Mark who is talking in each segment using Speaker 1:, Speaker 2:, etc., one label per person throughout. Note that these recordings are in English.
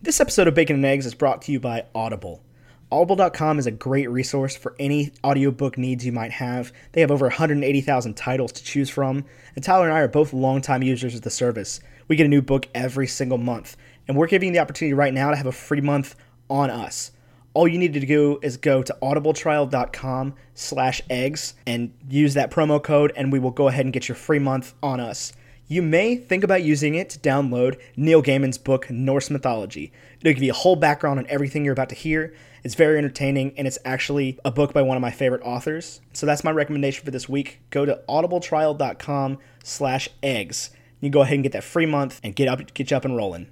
Speaker 1: This episode of Bacon and Eggs is brought to you by Audible. Audible.com is a great resource for any audiobook needs you might have. They have over 180,000 titles to choose from, and Tyler and I are both longtime users of the service. We get a new book every single month, and we're giving you the opportunity right now to have a free month on us. All you need to do is go to audibletrial.com slash eggs and use that promo code, and we will go ahead and get your free month on us. You may think about using it to download Neil Gaiman's book, Norse Mythology. It'll give you a whole background on everything you're about to hear. It's very entertaining, and it's actually a book by one of my favorite authors. So that's my recommendation for this week. Go to audibletrial.com slash eggs. You go ahead and get that free month and get up, get you up and rolling.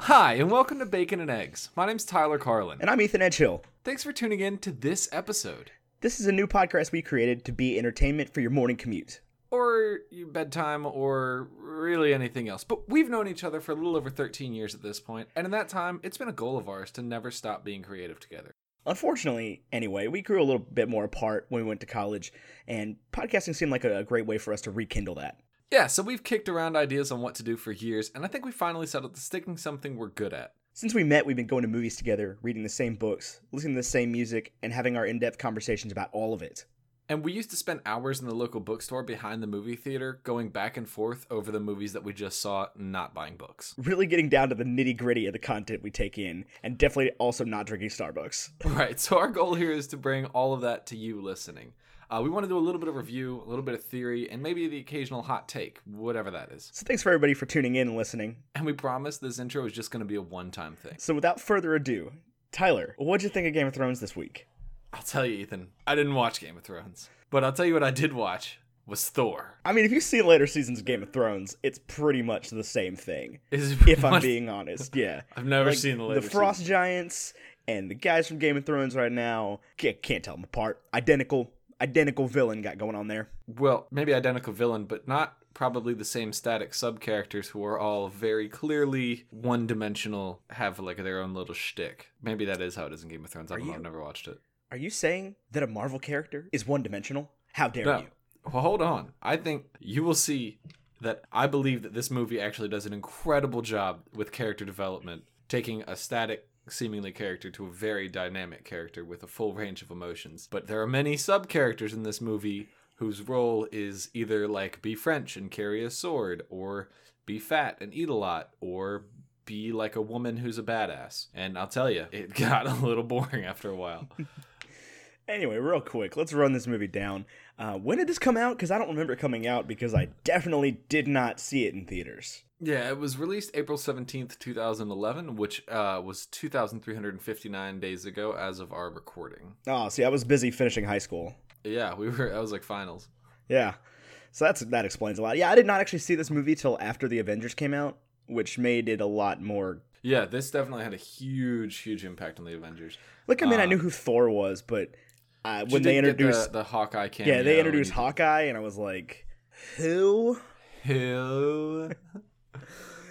Speaker 2: Hi, and welcome to Bacon and Eggs. My name's Tyler Carlin.
Speaker 1: And I'm Ethan Edgehill.
Speaker 2: Thanks for tuning in to this episode.
Speaker 1: This is a new podcast we created to be entertainment for your morning commute.
Speaker 2: Or your bedtime, or really anything else. But we've known each other for a little over 13 years at this point, and in that time, it's been a goal of ours to never stop being creative together.
Speaker 1: Unfortunately, anyway, we grew a little bit more apart when we went to college, and podcasting seemed like a great way for us to rekindle that.
Speaker 2: Yeah, so we've kicked around ideas on what to do for years, and I think we finally settled to sticking something we're good at.
Speaker 1: Since we met, we've been going to movies together, reading the same books, listening to the same music, and having our in depth conversations about all of it.
Speaker 2: And we used to spend hours in the local bookstore behind the movie theater, going back and forth over the movies that we just saw, not buying books.
Speaker 1: Really getting down to the nitty gritty of the content we take in, and definitely also not drinking Starbucks.
Speaker 2: Right, so our goal here is to bring all of that to you listening. Uh, we want to do a little bit of review, a little bit of theory, and maybe the occasional hot take, whatever that is.
Speaker 1: So thanks for everybody for tuning in and listening.
Speaker 2: And we promise this intro is just going to be a one time thing.
Speaker 1: So without further ado, Tyler, what'd you think of Game of Thrones this week?
Speaker 2: I'll tell you, Ethan, I didn't watch Game of Thrones, but I'll tell you what I did watch was Thor.
Speaker 1: I mean, if you've seen later seasons of Game of Thrones, it's pretty much the same thing.
Speaker 2: Is
Speaker 1: If I'm being honest, yeah.
Speaker 2: I've never
Speaker 1: Like,
Speaker 2: seen the later
Speaker 1: the Frost
Speaker 2: season.
Speaker 1: Giants and the guys from Game of Thrones right now can't, can't tell them apart. Identical, identical villain got going on there.
Speaker 2: Well, maybe identical villain, but not probably the same static sub characters who are all very clearly one dimensional, have like their own little shtick. Maybe that is how it is in Game of Thrones. I don't know.
Speaker 1: you-
Speaker 2: I've never watched it.
Speaker 1: Are you saying that a Marvel character is one dimensional? How dare
Speaker 2: No.
Speaker 1: you?
Speaker 2: Well, hold on. I think you will see that I believe that this movie actually does an incredible job with character development, taking a static, seemingly character to a very dynamic character with a full range of emotions. But there are many sub characters in this movie whose role is either like be French and carry a sword, or be fat and eat a lot, or be like a woman who's a badass. And I'll tell you, it got a little boring after a while.
Speaker 1: Anyway, real quick, let's run this movie down. Uh, when did this come out? Because I don't remember it coming out because I definitely did not see it in theaters.
Speaker 2: Yeah, it was released April 17th, 2011, which uh, was 2,359 days ago as of our recording.
Speaker 1: Oh, see, I was busy finishing high school.
Speaker 2: Yeah, we were, I was like finals.
Speaker 1: Yeah. So that's that explains a lot. Yeah, I did not actually see this movie till after the Avengers came out, which made it a lot more.
Speaker 2: Yeah, this definitely had a huge, huge impact on the Avengers.
Speaker 1: Like, I mean, I
Speaker 2: Uh,
Speaker 1: knew who Thor was, but uh,
Speaker 2: She
Speaker 1: when they
Speaker 2: did get the-
Speaker 1: introduced,
Speaker 2: the, Hawkeye cameo.
Speaker 1: yeah, they
Speaker 2: and-
Speaker 1: introduced Hawkeye, and I was like, who?
Speaker 2: Who?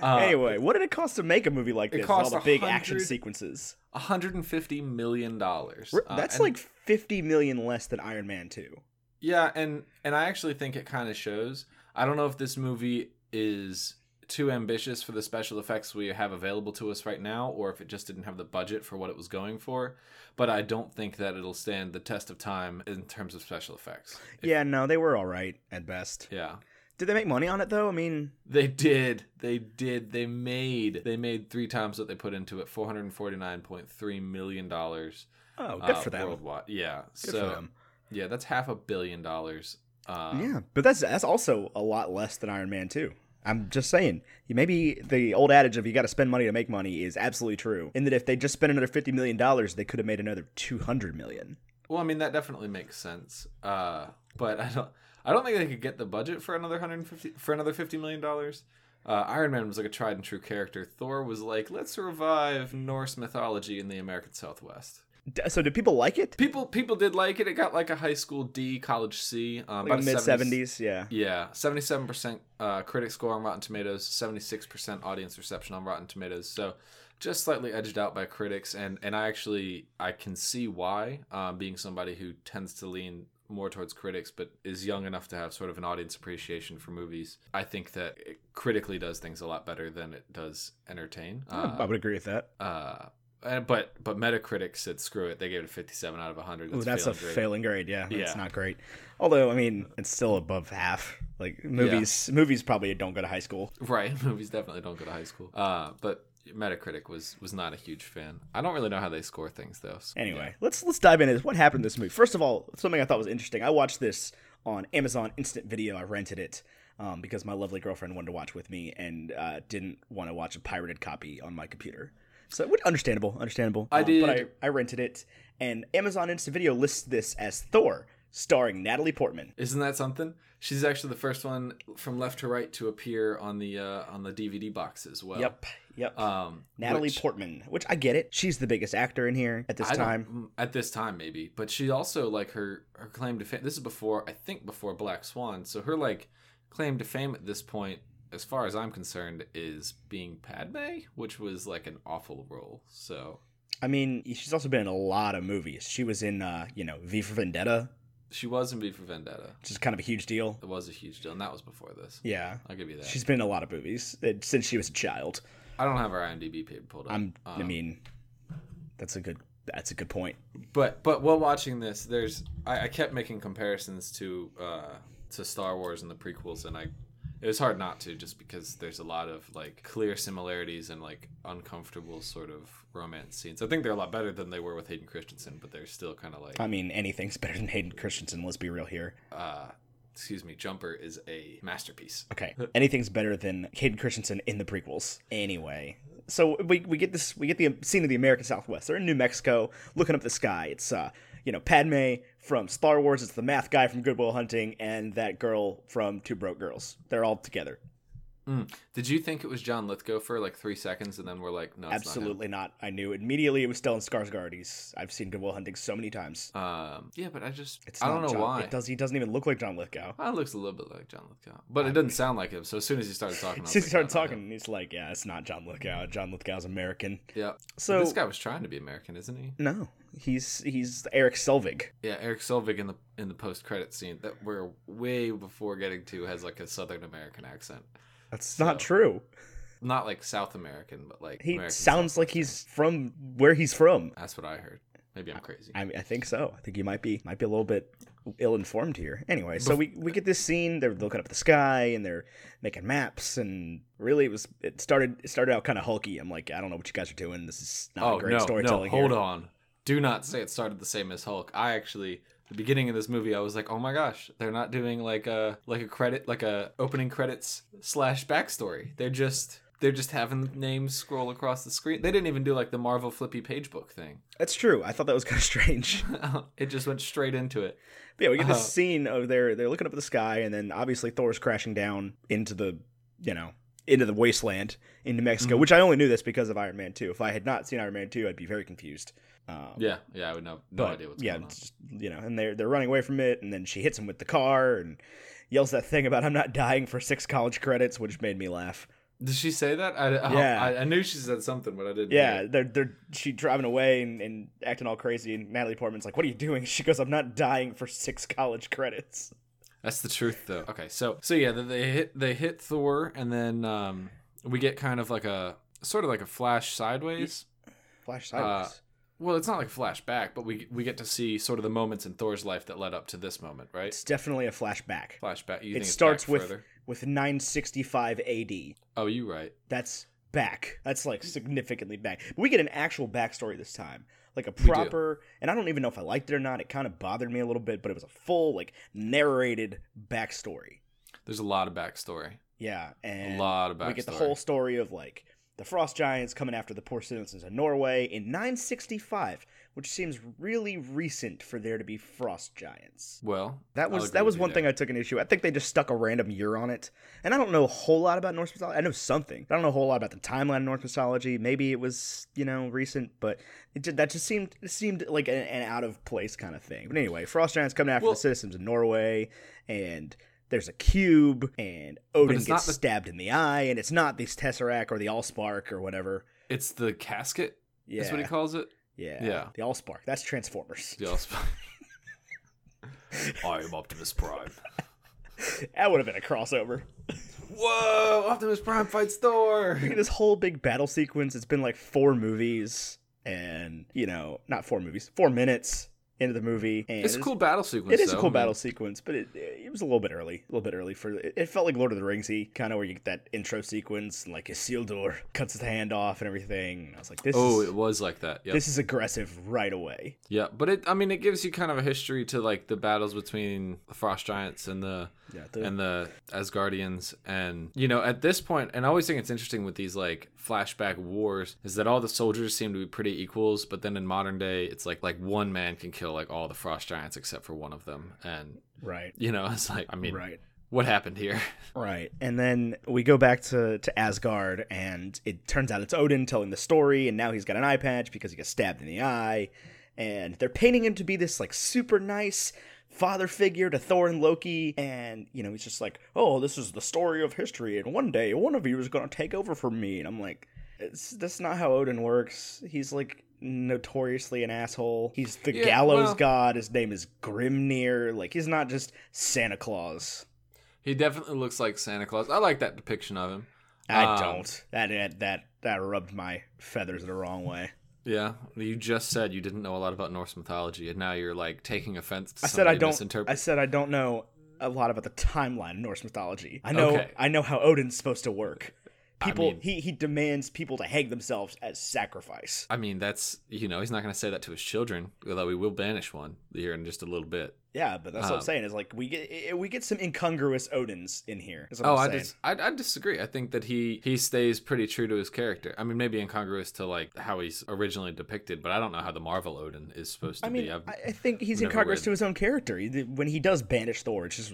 Speaker 2: Uh,
Speaker 1: anyway, what did it cost to make a movie like
Speaker 2: it
Speaker 1: this? with
Speaker 2: cost
Speaker 1: all the big action
Speaker 2: 100
Speaker 1: sequences.
Speaker 2: 150 million dollars. Uh,
Speaker 1: R- That's like fifty million less than Iron Man Two.
Speaker 2: Yeah, and and I actually think it kind of shows. I don't know if this movie is too ambitious for the special effects we have available to us right now or if it just didn't have the budget for what it was going for, but I don't think that it'll stand the test of time in terms of special effects.
Speaker 1: Yeah, no, they were all right at best.
Speaker 2: Yeah.
Speaker 1: Did they make money on it though? I mean,
Speaker 2: They did. They did. They made. They made 3 times what they put into it, 449.3 million dollars. uh,
Speaker 1: oh, good for them.
Speaker 2: Worldwide. Yeah.
Speaker 1: Good
Speaker 2: so
Speaker 1: for them.
Speaker 2: yeah, that's half a billion dollars. Uh,
Speaker 1: yeah, but that's that's also a lot less than Iron Man Two. I'm just saying, you- maybe the old adage of you got to spend money to make money is absolutely true. In that if they just spent another fifty million dollars, they could have made another two hundred million.
Speaker 2: Well, I mean that definitely makes sense. Uh, but I don't I don't think they could get the budget for another 150 for another 50 million dollars. Uh, Iron Man was like a tried and true character. Thor was like, let's revive Norse mythology in the American Southwest.
Speaker 1: D- So did people like it?
Speaker 2: People people did like it. It got like a high school D, college C, um, about
Speaker 1: Like
Speaker 2: a
Speaker 1: mid
Speaker 2: 70
Speaker 1: seventies, yeah.
Speaker 2: Yeah, seventy-seven percent uh, critic score on Rotten Tomatoes, seventy-six percent audience reception on Rotten Tomatoes. So, just slightly edged out by critics, and and I actually I can see why, um, being somebody who tends to lean more towards critics, but is young enough to have sort of an audience appreciation for movies, I think that it critically does things a lot better than it does entertain.
Speaker 1: I would agree with that.
Speaker 2: uh, and- but but Metacritic said screw it. They gave it a 57 out of 100.
Speaker 1: Ooh, that's a
Speaker 2: failing grade.
Speaker 1: failing grade. Yeah, that's
Speaker 2: Yeah.
Speaker 1: not great. Although, I mean, it's still above half. Like movies, movies probably don't go to high school.
Speaker 2: Right, movies definitely don't go to high school. Uh, but Metacritic was was not a huge fan. I don't really know how they score things though. So-
Speaker 1: Anyway, let's let's dive into this. What happened in this movie? First of all, something I thought was interesting. I watched this on Amazon Instant Video. I rented it um, because my lovely girlfriend wanted to watch with me and uh, didn't want to watch a pirated copy on my computer. So, which understandable, understandable. Um,
Speaker 2: I
Speaker 1: but I,
Speaker 2: did-
Speaker 1: I rented it, and Amazon Instant Video lists this as Thor, starring Natalie Portman.
Speaker 2: Isn't that something? She's actually the first one from left to right to appear on the uh, on the DVD box as well.
Speaker 1: Yep, yep.
Speaker 2: Um,
Speaker 1: Natalie
Speaker 2: which
Speaker 1: Portman, which I get it. She's the biggest actor in here at this
Speaker 2: I don't-
Speaker 1: time.
Speaker 2: mm, at this time maybe, but she also like her her claim to fame. This is before I think before Black Swan, so her like claim to fame at this point, as far as I'm concerned, is being Padme, which was like an awful role. So
Speaker 1: I mean, she's also been in a lot of movies. She was in, uh, you know, V for Vendetta,
Speaker 2: she was in V for Vendetta.
Speaker 1: which is kind of a huge deal.
Speaker 2: It was a huge deal, and that was before this.
Speaker 1: Yeah.
Speaker 2: I'll give you that.
Speaker 1: She's been in a lot of movies uh, since she was a child.
Speaker 2: I don't have her IMDb page pulled up.
Speaker 1: I'm, I
Speaker 2: Um,
Speaker 1: mean, that's a good, that's a good point.
Speaker 2: but but while watching this, there's I, I kept making comparisons to uh, to Star Wars and the prequels, and I it was hard not to just because there's a lot of like clear similarities and like uncomfortable sort of romance scenes. I think they're a lot better than they were with Hayden Christensen, but they're still kind of like
Speaker 1: I mean, anything's better than Hayden Christensen. Let's be real here.
Speaker 2: uh, excuse me, Jumper is a masterpiece.
Speaker 1: Okay, anything's better than Hayden Christensen in the prequels. Anyway, so we, we get this we get the scene of the American Southwest. They're in New Mexico, looking up the sky. It's uh you know Padme from Star Wars. It's the math guy from Goodwill Hunting, and that girl from Two Broke Girls. They're all together.
Speaker 2: Mm. Did you think it was John Lithgow for like three seconds, and then we're like, no, it's not him?
Speaker 1: Absolutely not. I knew immediately it was Stellan Skarsgård. He's I've seen Goodwill Hunting so many times.
Speaker 2: Um, yeah, but I just
Speaker 1: It's
Speaker 2: I don't
Speaker 1: not
Speaker 2: know
Speaker 1: John-
Speaker 2: why.
Speaker 1: it does. He doesn't even look like John Lithgow.
Speaker 2: Well, it looks a little bit like John Lithgow, but it doesn't sound like him. So as soon as he started talking, I was
Speaker 1: Since he
Speaker 2: like, "Oh,
Speaker 1: started
Speaker 2: "No, not
Speaker 1: talking, he's like, yeah, it's not John Lithgow. John Lithgow's American.
Speaker 2: him." Yeah.
Speaker 1: So
Speaker 2: this guy was trying to be American, isn't he?
Speaker 1: no, he's he's Eric Selvig.
Speaker 2: Yeah, Eric Selvig in the in the post credit scene that we're way before getting to has like a Southern American accent,
Speaker 1: That's not
Speaker 2: So-
Speaker 1: true.
Speaker 2: not like South American, but like
Speaker 1: He
Speaker 2: American
Speaker 1: sounds
Speaker 2: South
Speaker 1: like he's from where he's from.
Speaker 2: That's what I heard. Maybe I'm crazy.
Speaker 1: I, mean, I think so. I think you might be might be a little bit ill informed here. Anyway, so we, we get this scene. They're looking up at the sky and they're making maps. And really, it was it started it started out kind of hulky. I'm like, I don't know what you guys are doing. This is not
Speaker 2: oh
Speaker 1: a great
Speaker 2: no, no,
Speaker 1: storytelling.
Speaker 2: hold
Speaker 1: here.
Speaker 2: on! Do not say it started the same as Hulk. I actually. The beginning of this movie, I was like, "Oh my gosh, they're not doing like a like a credit like a opening credits slash backstory. They're just they're just having names scroll across the screen. They didn't even do like the Marvel flippy page book thing.
Speaker 1: That's true. I thought that was kind of strange.
Speaker 2: it just went straight into it.
Speaker 1: But yeah, we get this
Speaker 2: Uh-huh.
Speaker 1: scene of they're they're looking up at the sky, and then obviously Thor's crashing down into the you know into the wasteland in New Mexico,
Speaker 2: Mhm.
Speaker 1: which I only knew this because of Iron Man Two. If I had not seen Iron Man Two, I'd be very confused. Um,
Speaker 2: Yeah, yeah, I would know no
Speaker 1: but
Speaker 2: idea what's
Speaker 1: yeah,
Speaker 2: going on.
Speaker 1: it's just, you know, and they're they're running away from it, and then she hits him with the car and yells that thing about I'm not dying for six college credits, which made me laugh.
Speaker 2: Did she say that? I, I,
Speaker 1: Yeah.
Speaker 2: I, I knew she said something, but I didn't.
Speaker 1: Yeah,
Speaker 2: hear it.
Speaker 1: they're they're she driving away and, and acting all crazy, and Natalie Portman's like, "What are you doing?" She goes, "I'm not dying for six college credits."
Speaker 2: that's the truth though. Okay, so so yeah, then they hit they hit Thor, and then um, we get kind of like a sort of like a flash sideways.
Speaker 1: Flash
Speaker 2: Uh,
Speaker 1: sideways.
Speaker 2: Well, it's not like a flashback, but we we get to see sort of the moments in Thor's life that led up to this moment, right?
Speaker 1: It's definitely a flashback.
Speaker 2: Flashback. You
Speaker 1: it
Speaker 2: think it's
Speaker 1: starts
Speaker 2: back
Speaker 1: with
Speaker 2: Further?
Speaker 1: with 965 AD.
Speaker 2: Oh, you right.
Speaker 1: That's back. That's like significantly back. But we get an actual backstory this time. Like a
Speaker 2: do.
Speaker 1: proper, and I don't even know if I liked it or not. It kind of bothered me a little bit, but it was a full, like, narrated backstory.
Speaker 2: There's a lot of backstory.
Speaker 1: Yeah, and
Speaker 2: a lot of backstory.
Speaker 1: we get the whole story of like the Frost Giants coming after the poor citizens of Norway in 965, which seems really recent for there to be Frost Giants.
Speaker 2: Well,
Speaker 1: That
Speaker 2: I'll
Speaker 1: was
Speaker 2: agree
Speaker 1: that was
Speaker 2: with you
Speaker 1: one
Speaker 2: there.
Speaker 1: thing I took an issue. I think they just stuck a random year on it, and I don't know a whole lot about Norse mythology. I know something. I don't know a whole lot about the timeline of Norse mythology. Maybe it was you know recent, but it did, that just seemed it seemed like an, an out of place kind of thing. But anyway, Frost Giants coming after
Speaker 2: Well-
Speaker 1: the citizens of Norway, and there's a cube, and Odin
Speaker 2: it's
Speaker 1: gets
Speaker 2: not the-
Speaker 1: stabbed in the eye, and it's not the Tesseract or the Allspark or whatever.
Speaker 2: It's the casket.
Speaker 1: Yeah,
Speaker 2: That's what he calls it.
Speaker 1: yeah,
Speaker 2: yeah.
Speaker 1: the Allspark. That's Transformers.
Speaker 2: The Allspark. I am Optimus Prime.
Speaker 1: That would have been a crossover.
Speaker 2: Whoa! Optimus Prime fights Thor.
Speaker 1: This whole big battle sequence, it's been like four movies and, you know, not four movies, four minutes into the movie. And
Speaker 2: It's a cool battle sequence.
Speaker 1: It is a
Speaker 2: though. Mm.
Speaker 1: cool
Speaker 2: I mean,
Speaker 1: battle sequence, but it, it was a little bit early. A little bit early for it. It felt like Lord of the Rings, kind of where you get that intro sequence, and like Isildur cuts his hand off and everything. And I was like, this,
Speaker 2: Oh,
Speaker 1: is,
Speaker 2: it was like that. Yeah,
Speaker 1: this is aggressive right away.
Speaker 2: yeah. But it, I mean, it gives you kind of a history to like the battles between the frost giants and the
Speaker 1: Yeah, the-
Speaker 2: and the Asgardians. And, you know, at this point, and I always think it's interesting with these like flashback wars is that all the soldiers seem to be pretty equals, but then in modern day, it's like like one man can kill like all the frost giants except for one of them. And,
Speaker 1: Right.
Speaker 2: you know, it's like, I mean,
Speaker 1: Right.
Speaker 2: what happened here?
Speaker 1: Right. And then we go back to, to Asgard, and it turns out it's Odin telling the story, and now he's got an eye patch because he got stabbed in the eye. And they're painting him to be this, like, super nice father figure to Thor and Loki. And, you know, he's just like, oh, this is the story of history, and one day one of you is going to take over from me. And I'm like, it's, that's not how Odin works. He's, like, notoriously an asshole. He's the
Speaker 2: Yeah,
Speaker 1: gallows
Speaker 2: well-
Speaker 1: god. His name is Grimnir. Like, he's not just Santa Claus.
Speaker 2: He definitely looks like Santa Claus. I like that depiction of him.
Speaker 1: I
Speaker 2: Um,
Speaker 1: don't. That, that that that rubbed my feathers the wrong way.
Speaker 2: Yeah, you just said you didn't know a lot about Norse mythology, and now you're like taking offense. To
Speaker 1: I said I
Speaker 2: somebody
Speaker 1: don't.
Speaker 2: misinterpre-
Speaker 1: I said I don't know a lot about the timeline of Norse mythology. I know.
Speaker 2: Okay.
Speaker 1: I know how Odin's supposed to work. People.
Speaker 2: mean-
Speaker 1: he he demands people to hang themselves as sacrifice.
Speaker 2: I mean, that's you know, he's not going to say that to his children, although we will banish one here in just a little bit.
Speaker 1: Yeah, but that's what I'm
Speaker 2: Um,
Speaker 1: saying. Is like we get i- we get some incongruous Odins in here. is what
Speaker 2: Oh,
Speaker 1: I'm
Speaker 2: I,
Speaker 1: saying.
Speaker 2: dis- I I disagree. I think that he he stays pretty true to his character. I mean, maybe incongruous to like how he's originally depicted, but I don't know how the Marvel Odin is supposed to
Speaker 1: I mean,
Speaker 2: be.
Speaker 1: I,
Speaker 2: I've-
Speaker 1: I think he's in
Speaker 2: never
Speaker 1: Congress
Speaker 2: read-
Speaker 1: to his own character. He- the- When he does banish Thor, it's just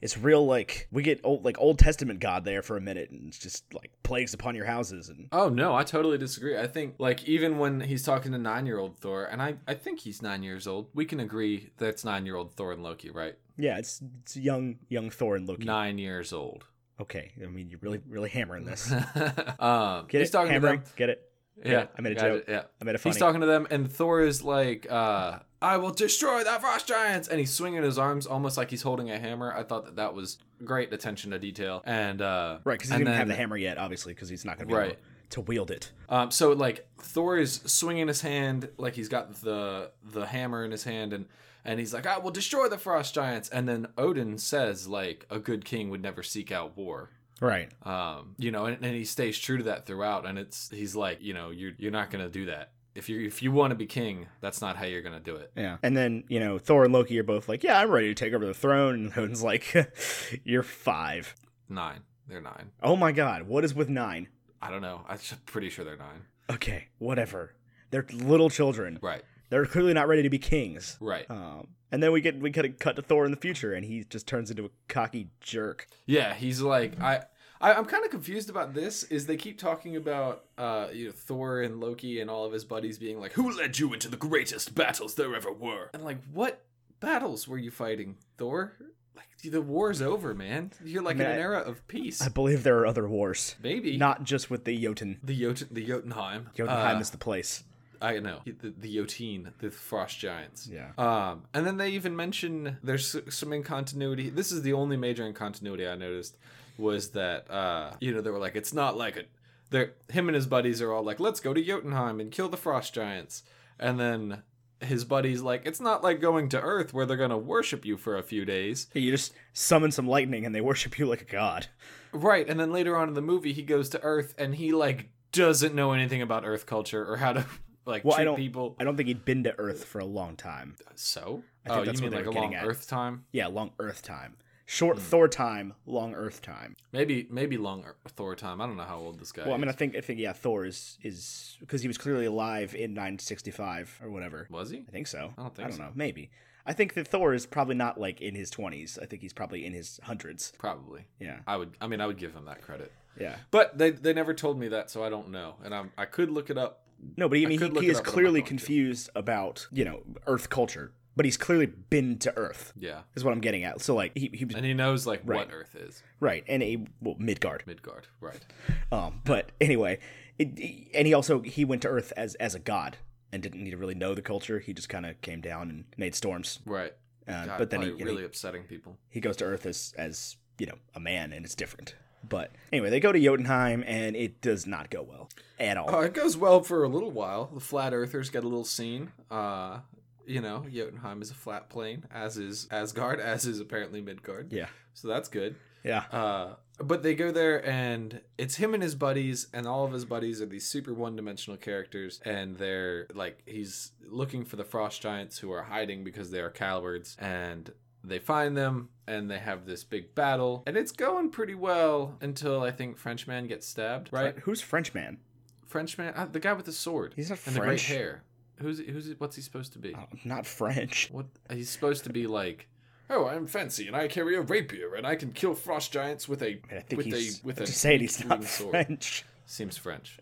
Speaker 1: it's real like we get old like Old Testament God there for a minute, and it's just like plagues upon your houses and
Speaker 2: Oh no, I totally disagree. I think like even when he's talking to nine year old Thor, and I I think he's nine years old. We can agree that's nine year old Thor and Loki, right?
Speaker 1: Yeah, it's it's young young Thor and Loki.
Speaker 2: Nine years old.
Speaker 1: okay, I mean you're really really hammering this.
Speaker 2: um,
Speaker 1: Get
Speaker 2: he's
Speaker 1: it?
Speaker 2: talking
Speaker 1: hammering.
Speaker 2: to them.
Speaker 1: Get it?
Speaker 2: Yeah,
Speaker 1: I made a
Speaker 2: got
Speaker 1: joke.
Speaker 2: it, Yeah,
Speaker 1: I made a funny.
Speaker 2: he's talking to them, and Thor is like, uh, "I will destroy that frost giants," and he's swinging his arms almost like he's holding a hammer. I thought that that was great attention to detail, and uh,
Speaker 1: right, because he
Speaker 2: and
Speaker 1: didn't have the
Speaker 2: then-
Speaker 1: hammer yet, obviously, because he's not going to be able
Speaker 2: Right.
Speaker 1: to wield it.
Speaker 2: Um, so like Thor is swinging his hand like he's got the the hammer in his hand and and he's like I will destroy the frost giants and then Odin says like a good king would never seek out war.
Speaker 1: Right.
Speaker 2: Um, you know, and, and he stays true to that throughout and it's he's like, you know, you're you're not going to do that. If you if you want to be king, that's not how you're going to do it.
Speaker 1: Yeah. And then you know Thor and Loki are both like, "Yeah, I'm ready to take over the throne," and Odin's like, "You're five.
Speaker 2: 9. They're 9.
Speaker 1: Oh my God, what is with nine?
Speaker 2: I don't know. I'm just pretty sure they're 9.
Speaker 1: Okay, whatever. They're little children.
Speaker 2: Right.
Speaker 1: They're clearly not ready to be kings."
Speaker 2: Right.
Speaker 1: Um, and then we get we kind of cut to Thor in the future, and he just turns into a cocky jerk.
Speaker 2: Yeah, he's like I. I, I'm kind of confused about this. Is they keep talking about uh, you know Thor and Loki and all of his buddies being like, "Who led you into the greatest battles there ever were?" And like, what battles were you fighting, Thor? Like the war's over, man. You're
Speaker 1: I
Speaker 2: like
Speaker 1: mean,
Speaker 2: in an
Speaker 1: I-
Speaker 2: era of peace.
Speaker 1: I believe there are other wars,
Speaker 2: Maybe
Speaker 1: not just with the Jotun.
Speaker 2: the Jotun, the Jotunheim.
Speaker 1: Jotunheim
Speaker 2: Uh,
Speaker 1: is the place.
Speaker 2: I know the, the Jotun, the frost giants.
Speaker 1: Yeah.
Speaker 2: Um, and then they even mention there's s- some incontinuity. This is the only major incontinuity I noticed was that uh, you know they were like it's not like it. They're him and his buddies are all like let's go to Jotunheim and kill the frost giants, and then his buddies like it's not like going to Earth where they're gonna worship you for a few days,
Speaker 1: You just summon some lightning and they worship you like a god.
Speaker 2: right? And then later on in the movie he goes to Earth and he like doesn't know anything about Earth culture or how to like
Speaker 1: Well, I
Speaker 2: treat
Speaker 1: don't-
Speaker 2: people.
Speaker 1: I don't think he'd been to Earth for a long time.
Speaker 2: So
Speaker 1: I think
Speaker 2: oh,
Speaker 1: that's
Speaker 2: you
Speaker 1: what
Speaker 2: mean
Speaker 1: they
Speaker 2: like a
Speaker 1: were getting
Speaker 2: long
Speaker 1: at.
Speaker 2: Earth time?
Speaker 1: Yeah, long Earth time. Short
Speaker 2: Hmm.
Speaker 1: Thor time, long Earth time.
Speaker 2: Maybe maybe long Ear- Thor time. I don't know how old this guy.
Speaker 1: Well, I mean, I
Speaker 2: is.
Speaker 1: think I think yeah, Thor is is because he was clearly alive in 965 or whatever.
Speaker 2: was he?
Speaker 1: I think so.
Speaker 2: I don't think
Speaker 1: I don't
Speaker 2: so.
Speaker 1: know. Maybe. I think that Thor is probably not like in his 20s. I think he's probably in his hundreds.
Speaker 2: Probably.
Speaker 1: Yeah.
Speaker 2: I would. I mean, I would give him that credit.
Speaker 1: Yeah.
Speaker 2: But they they never told me that, so I don't know. And I'm I could look it up.
Speaker 1: No, but I mean,
Speaker 2: could
Speaker 1: he,
Speaker 2: look
Speaker 1: he
Speaker 2: it
Speaker 1: is
Speaker 2: up, but I'm not
Speaker 1: clearly
Speaker 2: going to.
Speaker 1: confused about you know Earth culture, but he's clearly been to Earth.
Speaker 2: Yeah.
Speaker 1: Is what I'm getting at. So like he he was
Speaker 2: And he knows like
Speaker 1: Right.
Speaker 2: what Earth is.
Speaker 1: Right, and a well, Midgard.
Speaker 2: Midgard. Right.
Speaker 1: Um, but anyway, it, it- and he also he went to Earth as as a god and didn't need to really know the culture. He just kind of came down and made storms.
Speaker 2: Right.
Speaker 1: Uh,
Speaker 2: God,
Speaker 1: but then he,
Speaker 2: probably
Speaker 1: you know,
Speaker 2: really upsetting people.
Speaker 1: he goes to Earth as as you know a man, and it's different. But anyway, they go to Jotunheim, and it does not go well at all.
Speaker 2: Oh, it goes well for a little while. The flat earthers get a little scene. Uh, you know, Jotunheim is a flat plane, as is Asgard, as is apparently Midgard.
Speaker 1: Yeah.
Speaker 2: So that's good.
Speaker 1: yeah,
Speaker 2: Uh, but they go there, and it's him and his buddies, and all of his buddies are these super one-dimensional characters, and they're like he's looking for the frost giants who are hiding because they are cowards, and they find them, and they have this big battle, and it's going pretty well until I think Frenchman gets stabbed, right?
Speaker 1: Fre- Who's Frenchman?
Speaker 2: Frenchman, uh, the guy with the sword,
Speaker 1: He's not
Speaker 2: and the great
Speaker 1: French.
Speaker 2: hair. Who's who's what's he supposed to be?
Speaker 1: Oh, not French.
Speaker 2: What he's supposed to be like? Oh, I'm fancy, and I carry a rapier, and I can kill frost giants with a
Speaker 1: I, mean, I think
Speaker 2: with
Speaker 1: he's
Speaker 2: a with a
Speaker 1: to say it, he's not
Speaker 2: weak sword.
Speaker 1: French.
Speaker 2: Seems French.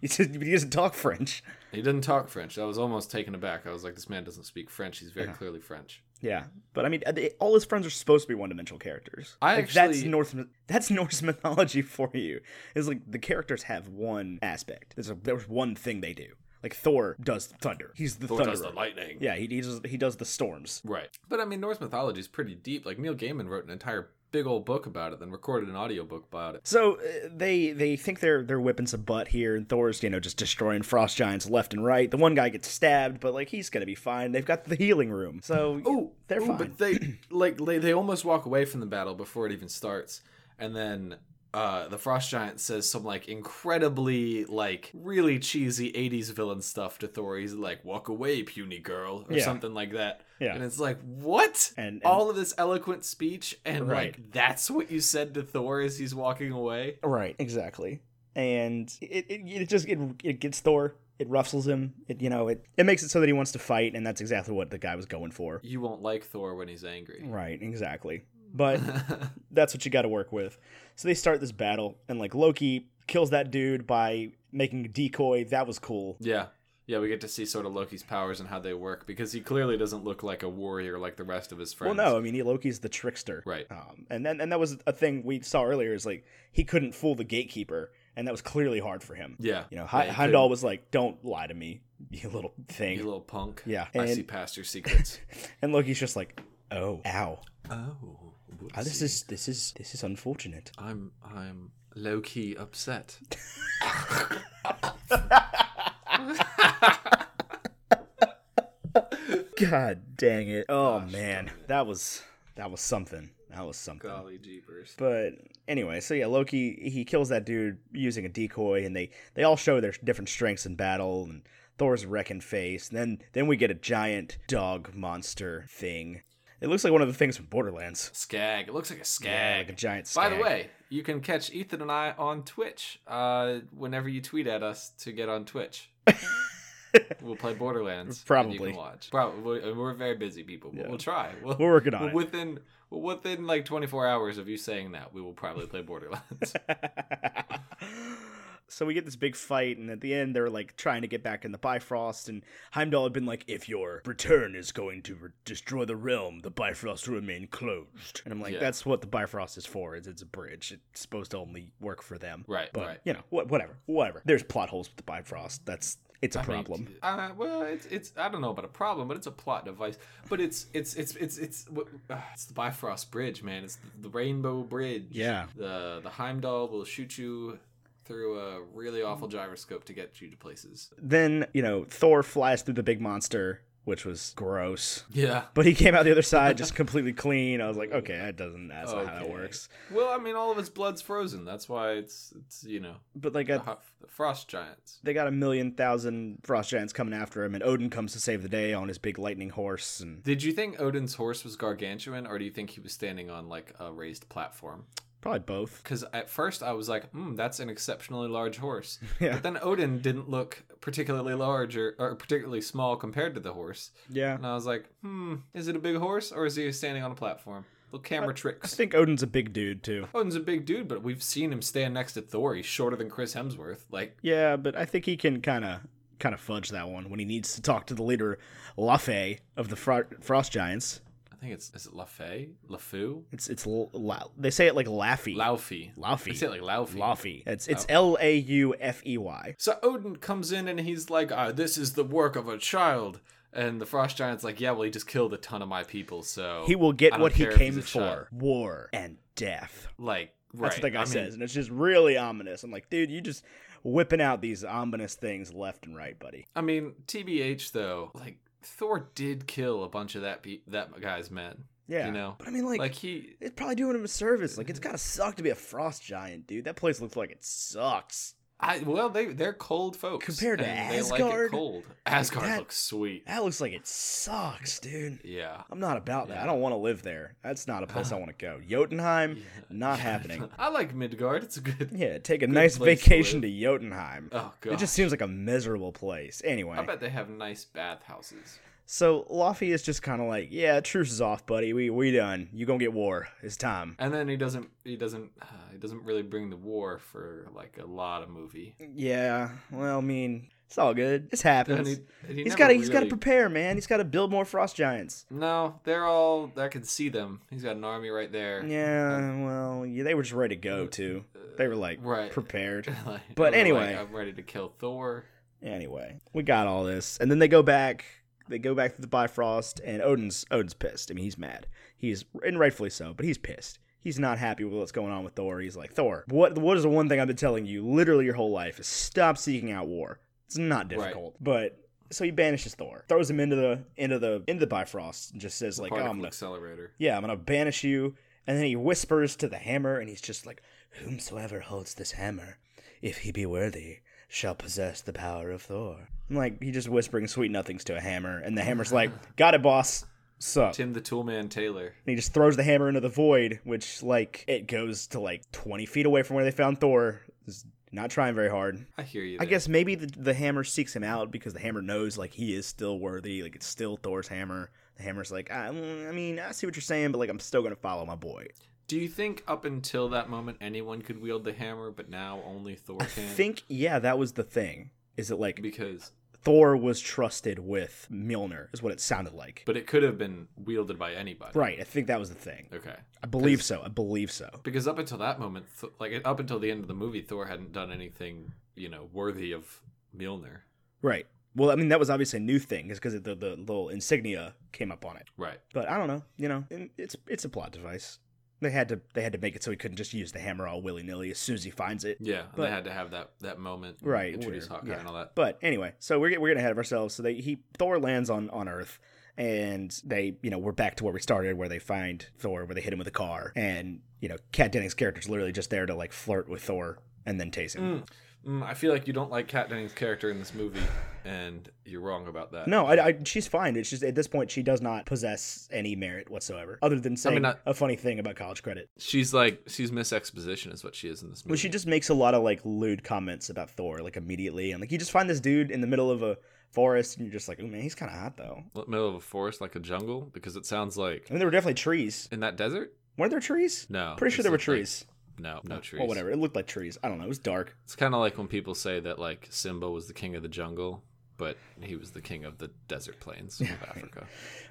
Speaker 1: He just he doesn't talk French.
Speaker 2: He doesn't talk French. I was almost taken aback. I was like, this man doesn't speak French. He's
Speaker 1: Uh-huh.
Speaker 2: very clearly French.
Speaker 1: Yeah, but I mean, uh, they- all his friends are supposed to be one-dimensional characters.
Speaker 2: I
Speaker 1: Like, that's
Speaker 2: actually-
Speaker 1: Norse. That's Norse mythology for you. Is like the characters have one aspect. There's a, there's one thing they do. Like Thor does thunder. He's the
Speaker 2: Thor
Speaker 1: thunderer.
Speaker 2: does the lightning.
Speaker 1: Yeah, he, he does he does the storms.
Speaker 2: Right. But I mean, Norse mythology is pretty deep. Like Neil Gaiman wrote an entire big old book about it, then recorded an audiobook about it.
Speaker 1: So uh, they they think they're they're whipping some butt here, and Thor's you know just destroying frost giants left and right. The one guy gets stabbed, but like he's gonna be fine. They've got the healing room, so
Speaker 2: Oh,
Speaker 1: they're fine.
Speaker 2: But they like they, they almost walk away from the battle before it even starts, and then. Uh, the frost giant says some like incredibly like really cheesy 80s villain stuff to thor he's like walk away puny girl or
Speaker 1: Yeah.
Speaker 2: something like that
Speaker 1: Yeah.
Speaker 2: and it's like what
Speaker 1: And- and-
Speaker 2: all of this eloquent speech and
Speaker 1: Right.
Speaker 2: like that's what you said to thor as he's walking away
Speaker 1: Right. Exactly. And it, it, it just it, it gets Thor. It ruffles him. It you know it it makes it so that he wants to fight, and that's exactly what the guy was going for.
Speaker 2: you won't like thor when he's angry
Speaker 1: Right. Exactly. But that's what you got to work with. So they start this battle, and like Loki kills that dude by making a decoy. That was cool.
Speaker 2: yeah yeah we get to see sort of loki's powers and how they work because he clearly doesn't look like a warrior like the rest of his friends
Speaker 1: Well, no, I mean he- Loki's the trickster,
Speaker 2: Right.
Speaker 1: Um, and then and that was a thing we saw earlier is like he couldn't fool the gatekeeper, and that was clearly hard for him.
Speaker 2: yeah
Speaker 1: You know,
Speaker 2: Yeah,
Speaker 1: Hi
Speaker 2: he
Speaker 1: Heimdall was like, "Don't lie to me, you little
Speaker 2: couldn't.
Speaker 1: thing."
Speaker 2: you little punk
Speaker 1: yeah,
Speaker 2: i
Speaker 1: and,
Speaker 2: see past your secrets
Speaker 1: and Loki's just like, "Oh, ow,
Speaker 2: oh
Speaker 1: Ah, this is this is this is unfortunate."
Speaker 2: i'm i'm low-key upset
Speaker 1: God dang it! Oh
Speaker 2: Gosh,
Speaker 1: man, that was that was something. That was something.
Speaker 2: golly jeepers
Speaker 1: But anyway, so yeah, Loki he kills that dude using a decoy, and they they all show their different strengths in battle. And Thor's wrecking face. And then then we get a giant dog monster thing. It looks like one of the things from Borderlands.
Speaker 2: skag it looks like a skag
Speaker 1: Yeah, like a giant.
Speaker 2: By the
Speaker 1: stag.
Speaker 2: way, you can catch Ethan and I on Twitch uh, whenever you tweet at us to get on Twitch. we'll play Borderlands. and you
Speaker 1: Probably.
Speaker 2: can watch. Probably. And We're very busy people. But
Speaker 1: Yeah.
Speaker 2: We'll try. We'll,
Speaker 1: we're working on
Speaker 2: we'll
Speaker 1: it.
Speaker 2: within well, within like 24 hours of you saying that, we will probably play Borderlands.
Speaker 1: so we get this big fight, and at the end, they're like trying to get back in the Bifrost. And Heimdall had been like, "If your return is going to re- destroy the realm, the Bifrost will remain closed." And I'm like,
Speaker 2: Yeah.
Speaker 1: "That's what the Bifrost is for. It's, it's a bridge. It's supposed to only work for them."
Speaker 2: right.
Speaker 1: But
Speaker 2: right.
Speaker 1: you know, wha- whatever, whatever. There's plot holes with the Bifrost. That's it's a
Speaker 2: I mean,
Speaker 1: problem.
Speaker 2: uh, well, it's it's I don't know about a problem, but it's a plot device. But it's it's it's it's it's what- uh, it's the Bifrost Bridge, man. It's the, Rainbow Bridge.
Speaker 1: Yeah.
Speaker 2: The the Heimdall will shoot you through a really awful gyroscope to get you to places.
Speaker 1: then you know, Thor flies through the big monster, which was gross.
Speaker 2: Yeah.
Speaker 1: But he came out the other side just completely clean. I was like, okay, that doesn't. That's not how that
Speaker 2: Okay.
Speaker 1: works.
Speaker 2: Well, I mean, all of its blood's frozen. That's why it's it's you know
Speaker 1: But like
Speaker 2: the,
Speaker 1: at
Speaker 2: hot- the frost giants.
Speaker 1: they got a million thousand frost giants coming after him, and Odin comes to save the day on his big lightning horse. And
Speaker 2: Did you think Odin's horse was gargantuan, or do you think he was standing on like a raised platform?
Speaker 1: probably both.
Speaker 2: Because at first I was like, hmm, that's an exceptionally large horse.
Speaker 1: Yeah.
Speaker 2: But then Odin didn't look particularly large or, or particularly small compared to the horse.
Speaker 1: Yeah,
Speaker 2: And I was like, hmm, is it a big horse or is he standing on a platform? Little camera
Speaker 1: I
Speaker 2: tricks.
Speaker 1: think Odin's a big dude too.
Speaker 2: Odin's a big dude, but we've seen him stand next to Thor. He's shorter than Chris Hemsworth. Like,
Speaker 1: Yeah, but I think he can kind of kind of fudge that one when he needs to talk to the leader Lafe of the fro- frost giants.
Speaker 2: I think it's, is it LaFay? LaFou?
Speaker 1: It's it's l- la- they say it like Laffy.
Speaker 2: Laufey. They say it
Speaker 1: Laffy.
Speaker 2: like Oh. Laufey.
Speaker 1: Laffy. It's it's L A U F E Y.
Speaker 2: So Odin comes in and he's like, ah, this is the work of a child. And the Frost Giant's like, yeah, well, he just killed a ton of my people, so
Speaker 1: He will get
Speaker 2: I don't
Speaker 1: what he
Speaker 2: care if
Speaker 1: came
Speaker 2: he's a child.
Speaker 1: for war and death.
Speaker 2: Like, right.
Speaker 1: That's what the guy
Speaker 2: I mean,
Speaker 1: says. And it's just really ominous. I'm like, dude, you just whipping out these ominous things left and right, buddy.
Speaker 2: I mean, TBH though, like Thor did kill a bunch of that pe- that guy's men.
Speaker 1: Yeah.
Speaker 2: You know,
Speaker 1: But I mean, like,
Speaker 2: like, Mm-hmm. he,
Speaker 1: it's probably doing him a service. Like, it's got to suck to be a frost giant, dude. That place looks like it sucks.
Speaker 2: I well, they they're cold folks
Speaker 1: Compared to
Speaker 2: and they like
Speaker 1: Asgard,
Speaker 2: it cold. Asgard
Speaker 1: that-
Speaker 2: looks sweet.
Speaker 1: That looks like it sucks, dude.
Speaker 2: Yeah.
Speaker 1: I'm not about that.
Speaker 2: Yeah.
Speaker 1: I don't want to live there. That's not a place I want to go. Jotunheim,
Speaker 2: Yeah.
Speaker 1: not happening.
Speaker 2: I like Midgard. It's a good.
Speaker 1: Yeah, take a nice
Speaker 2: place to
Speaker 1: vacation
Speaker 2: live.
Speaker 1: to, Jotunheim.
Speaker 2: Oh god.
Speaker 1: it just seems like a miserable place. Anyway.
Speaker 2: I bet they have nice bathhouses.
Speaker 1: So Luffy is just kind of like, yeah, truce is off, buddy. We we done. You gonna get war. It's time.
Speaker 2: And then he doesn't. He doesn't. Uh, he doesn't really bring the war for like a lot of movie.
Speaker 1: Yeah. Well, I mean, it's all good. This
Speaker 2: And
Speaker 1: happens.
Speaker 2: he, and he
Speaker 1: he's
Speaker 2: never
Speaker 1: got to he's got to
Speaker 2: really-
Speaker 1: prepare, man. He's got to build more frost giants.
Speaker 2: No, they're all. I can see them. He's got an army right there. Uh,
Speaker 1: Yeah. Well, yeah, they were just ready to go too. They were like
Speaker 2: Right.
Speaker 1: prepared.
Speaker 2: Like,
Speaker 1: But
Speaker 2: they're
Speaker 1: anyway.
Speaker 2: like, I'm ready to kill Thor.
Speaker 1: Anyway, we got all this, and then they go back. They go back to the Bifrost, and Odin's Odin's pissed. I mean, he's mad. He's and rightfully so, but he's pissed. He's not happy with what's going on with Thor. He's like, Thor, what what is the one thing I've been telling you literally your whole life is stop seeking out war. It's not
Speaker 2: Right.
Speaker 1: difficult, but. So he banishes Thor, throws him into the into the into the Bifrost, and just says like, oh,
Speaker 2: particle
Speaker 1: "I'm gonna
Speaker 2: accelerator.
Speaker 1: yeah, I'm gonna banish you. And then he whispers to the hammer, and he's just like, Whomsoever holds this hammer, if he be worthy, shall possess the power of Thor. I'm like, he's just whispering sweet nothings to a hammer, and the hammer's like, Got it, boss. Sup. And
Speaker 2: Tim the Toolman Taylor.
Speaker 1: he just throws the hammer into the void, which, like, it goes to like 20 feet away from where they found Thor. He's not trying very hard.
Speaker 2: I hear you.
Speaker 1: I
Speaker 2: there.
Speaker 1: guess maybe the, the hammer seeks him out because the hammer knows like he is still worthy. Like it's still Thor's hammer. The hammer's like, I, mm, I mean, I see what you're saying, but like I'm still gonna follow my boy.
Speaker 2: Do you think up until that moment anyone could wield the hammer, but now only Thor
Speaker 1: I
Speaker 2: can?
Speaker 1: think yeah, that was the thing. Is that like
Speaker 2: because,
Speaker 1: Thor was trusted with Mjolnir? Is what it sounded like.
Speaker 2: but it could have been wielded by anybody.
Speaker 1: Right. I think that was the thing.
Speaker 2: Okay.
Speaker 1: I believe so. I believe so.
Speaker 2: Because up until that moment, Th- like up until the end of the movie, Thor hadn't done anything you know worthy of Mjolnir.
Speaker 1: Right. Well, I mean, that was obviously a new thing, is because the the little insignia came up on it.
Speaker 2: Right.
Speaker 1: But I don't know. You know, and it's it's a plot device. They had to they had to make it so he couldn't just use the hammer all willy nilly as soon as he finds it.
Speaker 2: Yeah. And
Speaker 1: But-
Speaker 2: they had to have that that moment. and
Speaker 1: right
Speaker 2: Introduce
Speaker 1: where-
Speaker 2: Hawkeye
Speaker 1: yeah.
Speaker 2: and all that.
Speaker 1: but anyway so we're, get- we're getting ahead of ourselves so they he thor lands on on earth and they you know we're back to where we started where they find thor where they hit him with a car and you know kat dennings character's literally just there to like flirt with thor and then tase him
Speaker 2: Mm. Mm, I feel like you don't like Kat Dennings' character in this movie, and you're wrong about that.
Speaker 1: no I, I she's fine it's just at this point she does not possess any merit whatsoever other than saying
Speaker 2: not-
Speaker 1: a funny thing about college credit
Speaker 2: She's like she's Miss Exposition is what she is in this movie.
Speaker 1: Well, she just makes a lot of like lewd comments about Thor, like immediately, and like you just find this dude in the middle of a forest, and you're just like, oh man, he's kind of hot though.
Speaker 2: What, middle of a forest, like a jungle, because it sounds like
Speaker 1: I mean, there were definitely trees.
Speaker 2: in that desert.
Speaker 1: Weren't there trees?
Speaker 2: No,
Speaker 1: Pretty sure
Speaker 2: it's
Speaker 1: there were
Speaker 2: like-
Speaker 1: trees.
Speaker 2: No, no trees.
Speaker 1: Well, whatever. It looked like trees. I don't know. It was dark.
Speaker 2: It's kind of like when people say that like Simba was the king of the jungle, but he was the king of the desert plains of Africa.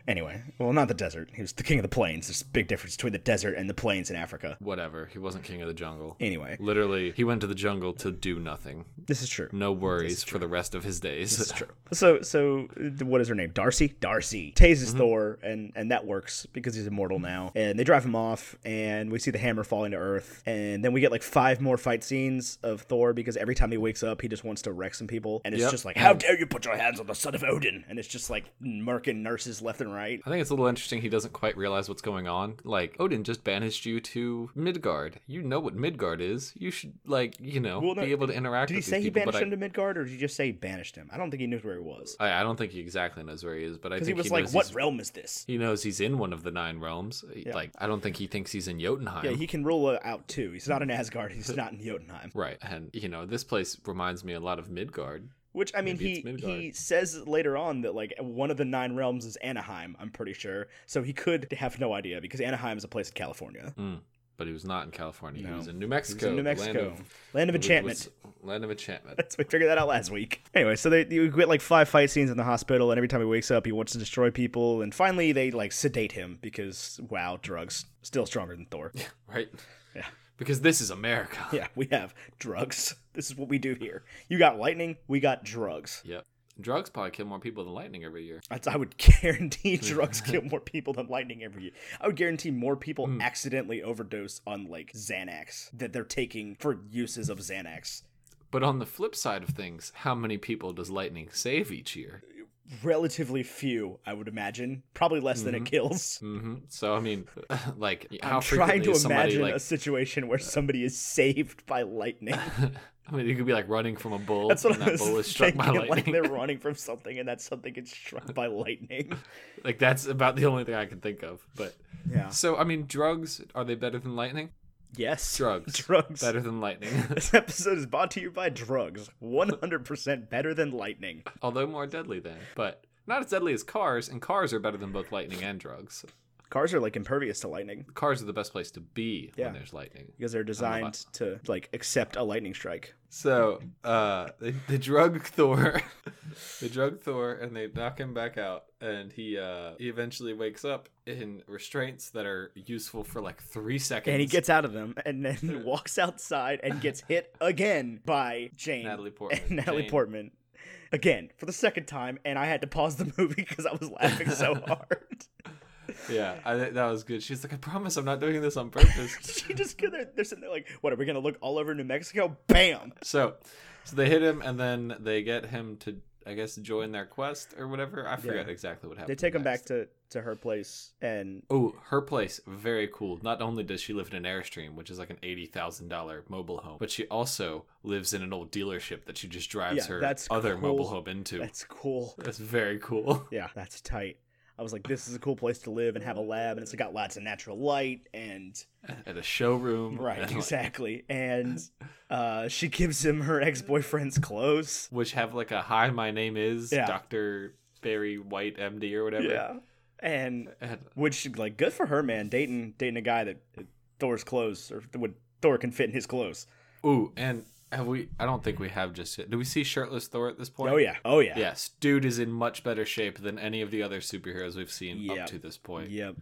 Speaker 1: Anyway, well, not the desert. He was the king of the plains. There's a big difference between the desert and the plains in Africa.
Speaker 2: Whatever. He wasn't king of the jungle.
Speaker 1: Anyway,
Speaker 2: Literally, he went to the jungle to do nothing.
Speaker 1: this is true.
Speaker 2: No worries for the rest of his days.
Speaker 1: This is true. So, so uh, what is her name? Darcy. Darcy tases Thor, and and that works because he's immortal now. And they drive him off, and we see the hammer falling to Earth, and then we get like five more fight scenes of Thor because every time he wakes up, he just wants to wreck some people, and it's
Speaker 2: Yep.
Speaker 1: just like, "Oh, how dare you put your hands on the son of Odin? And it's just like murking nurses left and right.
Speaker 2: I think it's a little interesting he doesn't quite realize what's going on. Like, Odin just banished you to Midgard. You know what Midgard is. You should, like, you know,
Speaker 1: Well, no,
Speaker 2: be able to interact
Speaker 1: Did he
Speaker 2: with
Speaker 1: say
Speaker 2: these
Speaker 1: he
Speaker 2: people.
Speaker 1: banished
Speaker 2: but I-
Speaker 1: him to Midgard, or did you just say he banished him? I don't think he knew where he was.
Speaker 2: I, I don't think he exactly knows where he is, but I
Speaker 1: Because
Speaker 2: think
Speaker 1: he
Speaker 2: he
Speaker 1: was like,
Speaker 2: knows
Speaker 1: "What
Speaker 2: he's-
Speaker 1: realm is this?"
Speaker 2: He knows he's in one of the nine realms. Like, I don't think he thinks he's in Jotunheim.
Speaker 1: Yeah, he can rule it out too. He's not in Asgard. He's not in Jotunheim.
Speaker 2: Right, and you know this place reminds me a lot of Midgard.
Speaker 1: Which I mean,
Speaker 2: Maybe
Speaker 1: he
Speaker 2: it's Midgard.
Speaker 1: he says later on that like one of the nine realms is Anaheim. I'm pretty sure. So he could have no idea because Anaheim is a place in California.
Speaker 2: But he was not in California.
Speaker 1: No.
Speaker 2: He was in New
Speaker 1: He was
Speaker 2: Mexico.
Speaker 1: in New
Speaker 2: the land
Speaker 1: Mexico, land
Speaker 2: of-
Speaker 1: of, enchantment.
Speaker 2: was- land of enchantment.
Speaker 1: So we figured that out last week. Anyway, so they you get like five fight scenes in the hospital, and every time he wakes up, he wants to destroy people. And finally, they like sedate him because wow, drugs still stronger than Thor.
Speaker 2: Right.
Speaker 1: Yeah.
Speaker 2: Because this is America.
Speaker 1: yeah, we have drugs. This is what we do here. You got lightning, we got drugs.
Speaker 2: Yep. Drugs probably kill more people than lightning every year.
Speaker 1: That's- I would guarantee drugs kill more people than lightning every year. I would guarantee more people
Speaker 2: Hmm.
Speaker 1: accidentally overdose on like Xanax that they're taking for uses of Xanax.
Speaker 2: But on the flip side of things, how many people does lightning save each year?
Speaker 1: Relatively few, I would imagine. Probably less than it kills.
Speaker 2: hmm So I mean, like how
Speaker 1: I'm trying
Speaker 2: frequently
Speaker 1: to
Speaker 2: is somebody
Speaker 1: imagine
Speaker 2: like uh,
Speaker 1: a situation where somebody is saved by lightning.
Speaker 2: I mean, you could be like running from a bull,
Speaker 1: That's what
Speaker 2: and
Speaker 1: I
Speaker 2: that
Speaker 1: was
Speaker 2: bull is struck
Speaker 1: thinking.
Speaker 2: by lightning.
Speaker 1: Like
Speaker 2: Like,
Speaker 1: they're running from something, and that something gets struck by lightning.
Speaker 2: that's about the only thing I can think of. But
Speaker 1: Yeah.
Speaker 2: so I mean, drugs are they better than lightning?
Speaker 1: Yes.
Speaker 2: Drugs,
Speaker 1: Drugs.
Speaker 2: better than lightning.
Speaker 1: This episode is brought to you by drugs. 100% better than lightning.
Speaker 2: Although more deadly than, but not as deadly as cars. And cars are better than both lightning and drugs.
Speaker 1: Cars are like impervious to lightning
Speaker 2: Cars are the best place to be
Speaker 1: Yeah.
Speaker 2: when there's lightning.
Speaker 1: because they're designed to like accept a lightning strike.
Speaker 2: So uh, they, they drug Thor, they drug Thor, and they knock him back out. And he uh, he eventually wakes up in restraints that are useful for like three seconds.
Speaker 1: And he gets out of them and then he walks outside and gets hit again by Jane
Speaker 2: Natalie Portman.
Speaker 1: and Natalie
Speaker 2: Jane.
Speaker 1: Portman. Again, for the second time, and I had to pause the movie because I was laughing so hard.
Speaker 2: Yeah, I, thi- that was good. She's like, I promise, I'm not doing this on purpose.
Speaker 1: she just get there. They're sitting there like, what are we gonna look all over New Mexico? Bam!
Speaker 2: so, so they hit him, and then they get him to, I guess, join their quest or whatever. I forget
Speaker 1: Yeah.
Speaker 2: exactly what happened.
Speaker 1: They take him back to to her place, and
Speaker 2: Oh, her place, very cool. Not only does she live in an Airstream, which is like an eighty thousand dollar mobile home, but she also lives in an old dealership that she just drives
Speaker 1: Yeah,
Speaker 2: her
Speaker 1: that's
Speaker 2: other
Speaker 1: cool.
Speaker 2: mobile home into. That's,
Speaker 1: that's cool.
Speaker 2: very cool.
Speaker 1: Yeah, that's tight. I was like, this is a cool place to live and have a lab, and it's got lots of natural light and
Speaker 2: At a showroom,
Speaker 1: right,
Speaker 2: and, like,
Speaker 1: exactly. And uh, she gives him her ex boyfriend's clothes.
Speaker 2: which have like a hi, my name is
Speaker 1: Yeah.
Speaker 2: Doctor Barry White, MD, or whatever.
Speaker 1: and
Speaker 2: And
Speaker 1: which like good for her, man. Dating dating a guy that Thor's clothes or would Thor can fit in his clothes.
Speaker 2: Ooh, and have we? I don't think we have just yet. Do we see shirtless Thor at this point?
Speaker 1: Oh yeah, oh yeah,
Speaker 2: Yes, dude is in much better shape than any of the other superheroes we've seen
Speaker 1: Yeah.
Speaker 2: up to this point.
Speaker 1: yep,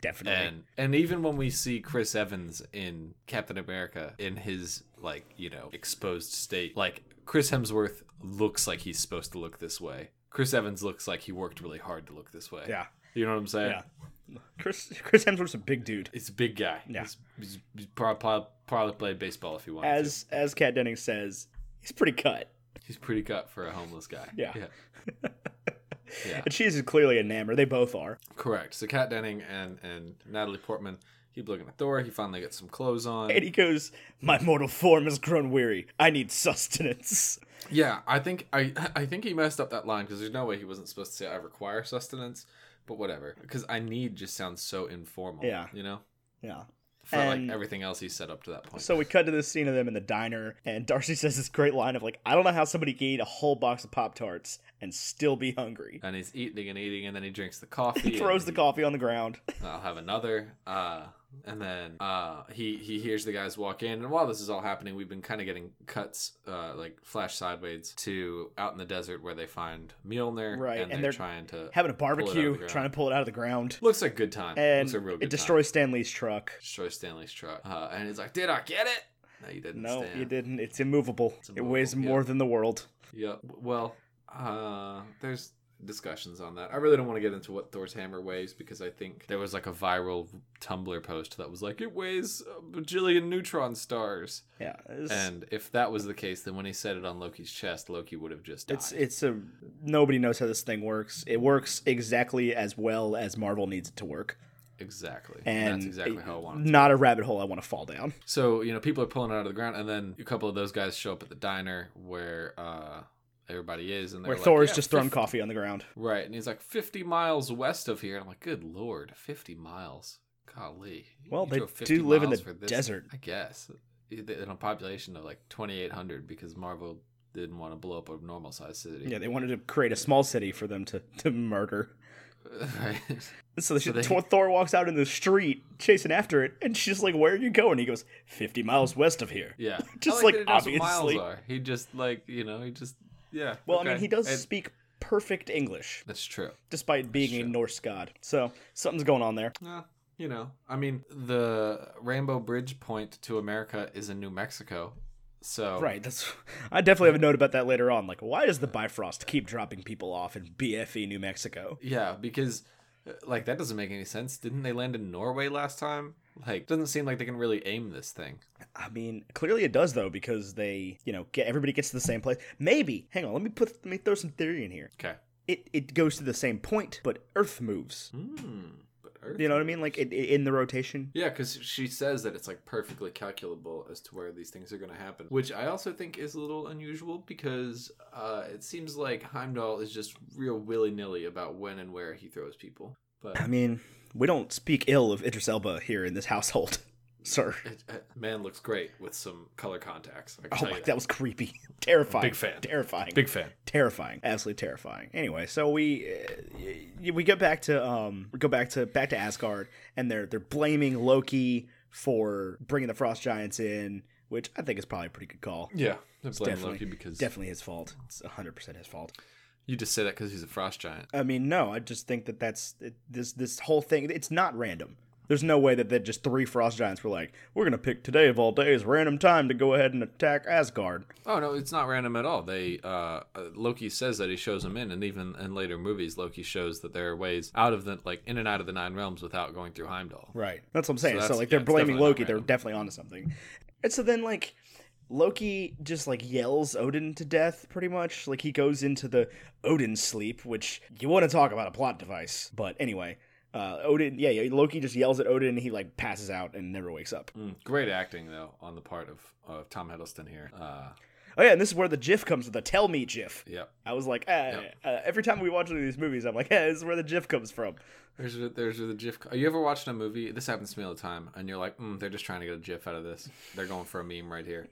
Speaker 1: definitely.
Speaker 2: And and even when we see Chris Evans in Captain America in his like you know exposed state, like Chris Hemsworth looks like he's supposed to look this way. Chris Evans looks like he worked really hard to look this way.
Speaker 1: yeah,
Speaker 2: you know what I'm saying.
Speaker 1: yeah. Chris Chris Hemsworth's a big dude.
Speaker 2: He's a big guy.
Speaker 1: Yeah.
Speaker 2: he's, he's, he's prob- prob- probably played baseball if he wanted to.
Speaker 1: As as Kat Dennings says, he's pretty cut.
Speaker 2: He's pretty cut for a homeless guy.
Speaker 1: Yeah.
Speaker 2: yeah. Yeah.
Speaker 1: And she's clearly enamored. They both are.
Speaker 2: Correct. So Kat Denning and and Natalie Portman keep looking at Thor. He finally gets some clothes on.
Speaker 1: And he goes, "My mortal form has grown weary. I need sustenance."
Speaker 2: Yeah, I think I I think he messed up that line because there's no way he wasn't supposed to say I require sustenance, but whatever. Because I need just sounds so informal.
Speaker 1: Yeah.
Speaker 2: you know,
Speaker 1: Yeah.
Speaker 2: for
Speaker 1: And-
Speaker 2: like everything else he said up to that point.
Speaker 1: So we cut to this scene of them in the diner, and Darcy says this great line of like, "I don't know how somebody can eat a whole box of Pop Tarts and still be hungry."
Speaker 2: and he's eating and eating, and then he drinks the coffee.
Speaker 1: He throws the
Speaker 2: and
Speaker 1: coffee on the ground.
Speaker 2: he- I'll have another. Uh, and then uh, he he hears the guys walk in, and while this is all happening, we've been kind of getting cuts, uh, like flash sideways to out in the desert where they find Mjolnir,
Speaker 1: Right, and
Speaker 2: And, they're
Speaker 1: they're
Speaker 2: trying to
Speaker 1: Having a
Speaker 2: out of the
Speaker 1: barbecue,
Speaker 2: ground.
Speaker 1: trying to pull it out of the ground,
Speaker 2: looks like good time.
Speaker 1: and
Speaker 2: looks like real good
Speaker 1: it
Speaker 2: time.
Speaker 1: destroys Stanley's truck.
Speaker 2: destroy Stanley's truck. Uh, and he's like, "Did I get it?" No, you didn't.
Speaker 1: No,
Speaker 2: Stan.
Speaker 1: you didn't. It's immovable.
Speaker 2: It's
Speaker 1: It weighs
Speaker 2: immovable,
Speaker 1: more
Speaker 2: yeah.
Speaker 1: than the world.
Speaker 2: Yep. Well, uh, there's discussions on that. I really don't want to get into what Thor's hammer weighs because I think there was like a viral Tumblr post that was like, "It weighs a bajillion neutron stars."
Speaker 1: Yeah, it's,
Speaker 2: And if that was the case, then when he said it on Loki's chest, Loki would have just died.
Speaker 1: it's it's a nobody knows how this thing works. It works exactly as well as Marvel needs it to work.
Speaker 2: exactly.
Speaker 1: And Mm-hmm.
Speaker 2: that's exactly how I wanted. it to
Speaker 1: Not a rabbit hole I want to fall down.
Speaker 2: So you know, people are pulling it out of the ground, and then a couple of those guys show up at the diner where uh, everybody is, and they're
Speaker 1: Where
Speaker 2: like,
Speaker 1: Thor is
Speaker 2: "Yeah,
Speaker 1: just throwing
Speaker 2: 50
Speaker 1: coffee on the ground.
Speaker 2: Right, and he's like fifty miles west of here. And I'm like, good lord, fifty miles, golly. you
Speaker 1: Well, they
Speaker 2: drove 50
Speaker 1: do live in
Speaker 2: miles
Speaker 1: the
Speaker 2: for this-
Speaker 1: desert.
Speaker 2: I guess in a population of like twenty eight hundred because Marvel didn't want to blow up a normal sized city.
Speaker 1: Yeah, they wanted to create a small city for them to, to murder.
Speaker 2: right.
Speaker 1: So, they,
Speaker 2: So they-
Speaker 1: Thor- Thor walks out in the street chasing after it, and she's like, "Where are you going?" He goes, "50 miles west of here."
Speaker 2: Yeah,
Speaker 1: Just
Speaker 2: I
Speaker 1: like,
Speaker 2: that he knows what
Speaker 1: obviously.
Speaker 2: miles are. He just like you know he just yeah.
Speaker 1: Well, I
Speaker 2: okay.
Speaker 1: mean, he does
Speaker 2: And-
Speaker 1: speak perfect English,
Speaker 2: that's true.
Speaker 1: despite being a
Speaker 2: true.
Speaker 1: Norse god. So something's going on there.
Speaker 2: Eh, you know, I mean, the Rainbow Bridge point to America is in New Mexico, So
Speaker 1: Right. That's. I definitely have a note about that later on. Like, why does the Bifrost keep dropping people off in BFE New Mexico?
Speaker 2: Yeah, because uh, like that doesn't make any sense. Didn't they land in Norway last time? Like doesn't seem like they can really aim this thing.
Speaker 1: I mean, clearly it does though because they, you know, get everybody gets to the same place. Maybe. Hang on. Let me put. Let me throw some theory in here.
Speaker 2: Okay.
Speaker 1: It it goes to the same point, but Earth moves.
Speaker 2: Hmm. But Earth
Speaker 1: You know what I mean? Like it, it- in the rotation.
Speaker 2: Yeah, because she says that it's like perfectly calculable as to where these things are going to happen, which I also think is a little unusual because uh, it seems like Heimdall is just real willy nilly about when and where he throws people. But
Speaker 1: I mean, we don't speak ill of Idris Elba here in this household, sir.
Speaker 2: it, uh, man looks great with some color contacts. I can
Speaker 1: Oh
Speaker 2: tell
Speaker 1: my,
Speaker 2: you
Speaker 1: that was creepy. terrifying.
Speaker 2: Big fan.
Speaker 1: Terrifying.
Speaker 2: Big fan.
Speaker 1: terrifying. Absolutely terrifying. Anyway, so we uh, y- we get back to um we go back to back to Asgard, and they're they're blaming Loki for bringing the frost giants in, which I think is probably a pretty good call.
Speaker 2: Yeah, I blame
Speaker 1: definitely-
Speaker 2: Loki because
Speaker 1: Definitely his fault. It's 100% his fault.
Speaker 2: you just say that because he's a frost giant.
Speaker 1: I mean, no, I just think that that's it, this this whole thing. It's not random. There's no way that, that just three frost giants were like, we're gonna pick today of all days, random time to go ahead and attack Asgard.
Speaker 2: Oh no, it's not random at all. They uh, uh, Loki says that he shows them in, and even in later movies, Loki shows that there are ways out of the like in and out of the nine realms without going through Heimdall.
Speaker 1: Right. That's what I'm saying. So,
Speaker 2: that's-
Speaker 1: like
Speaker 2: yeah,
Speaker 1: they're
Speaker 2: it's
Speaker 1: blaming
Speaker 2: definitely not
Speaker 1: Loki. They're
Speaker 2: random.
Speaker 1: definitely onto something. And so then like Loki just like yells Odin to death pretty much. Like he goes into the Odin sleep, which you want to talk about a plot device. But anyway, uh, Odin, yeah, yeah, Loki just yells at Odin and he like passes out and never wakes up.
Speaker 2: Mm, great acting though on the part of, of Tom Hiddleston here. Uh,
Speaker 1: Oh yeah, and this is where the GIF comes with the "Tell Me" GIF.
Speaker 2: yep.
Speaker 1: I was like, eh, uh, every time we watch one of these movies, I'm like, yeah, this is where the GIF comes from.
Speaker 2: There's a, there's the GIF. Are you ever watching a movie? This happens to me all the time, and you're like, mm, they're just trying to get a GIF out of this. They're going for a meme right here,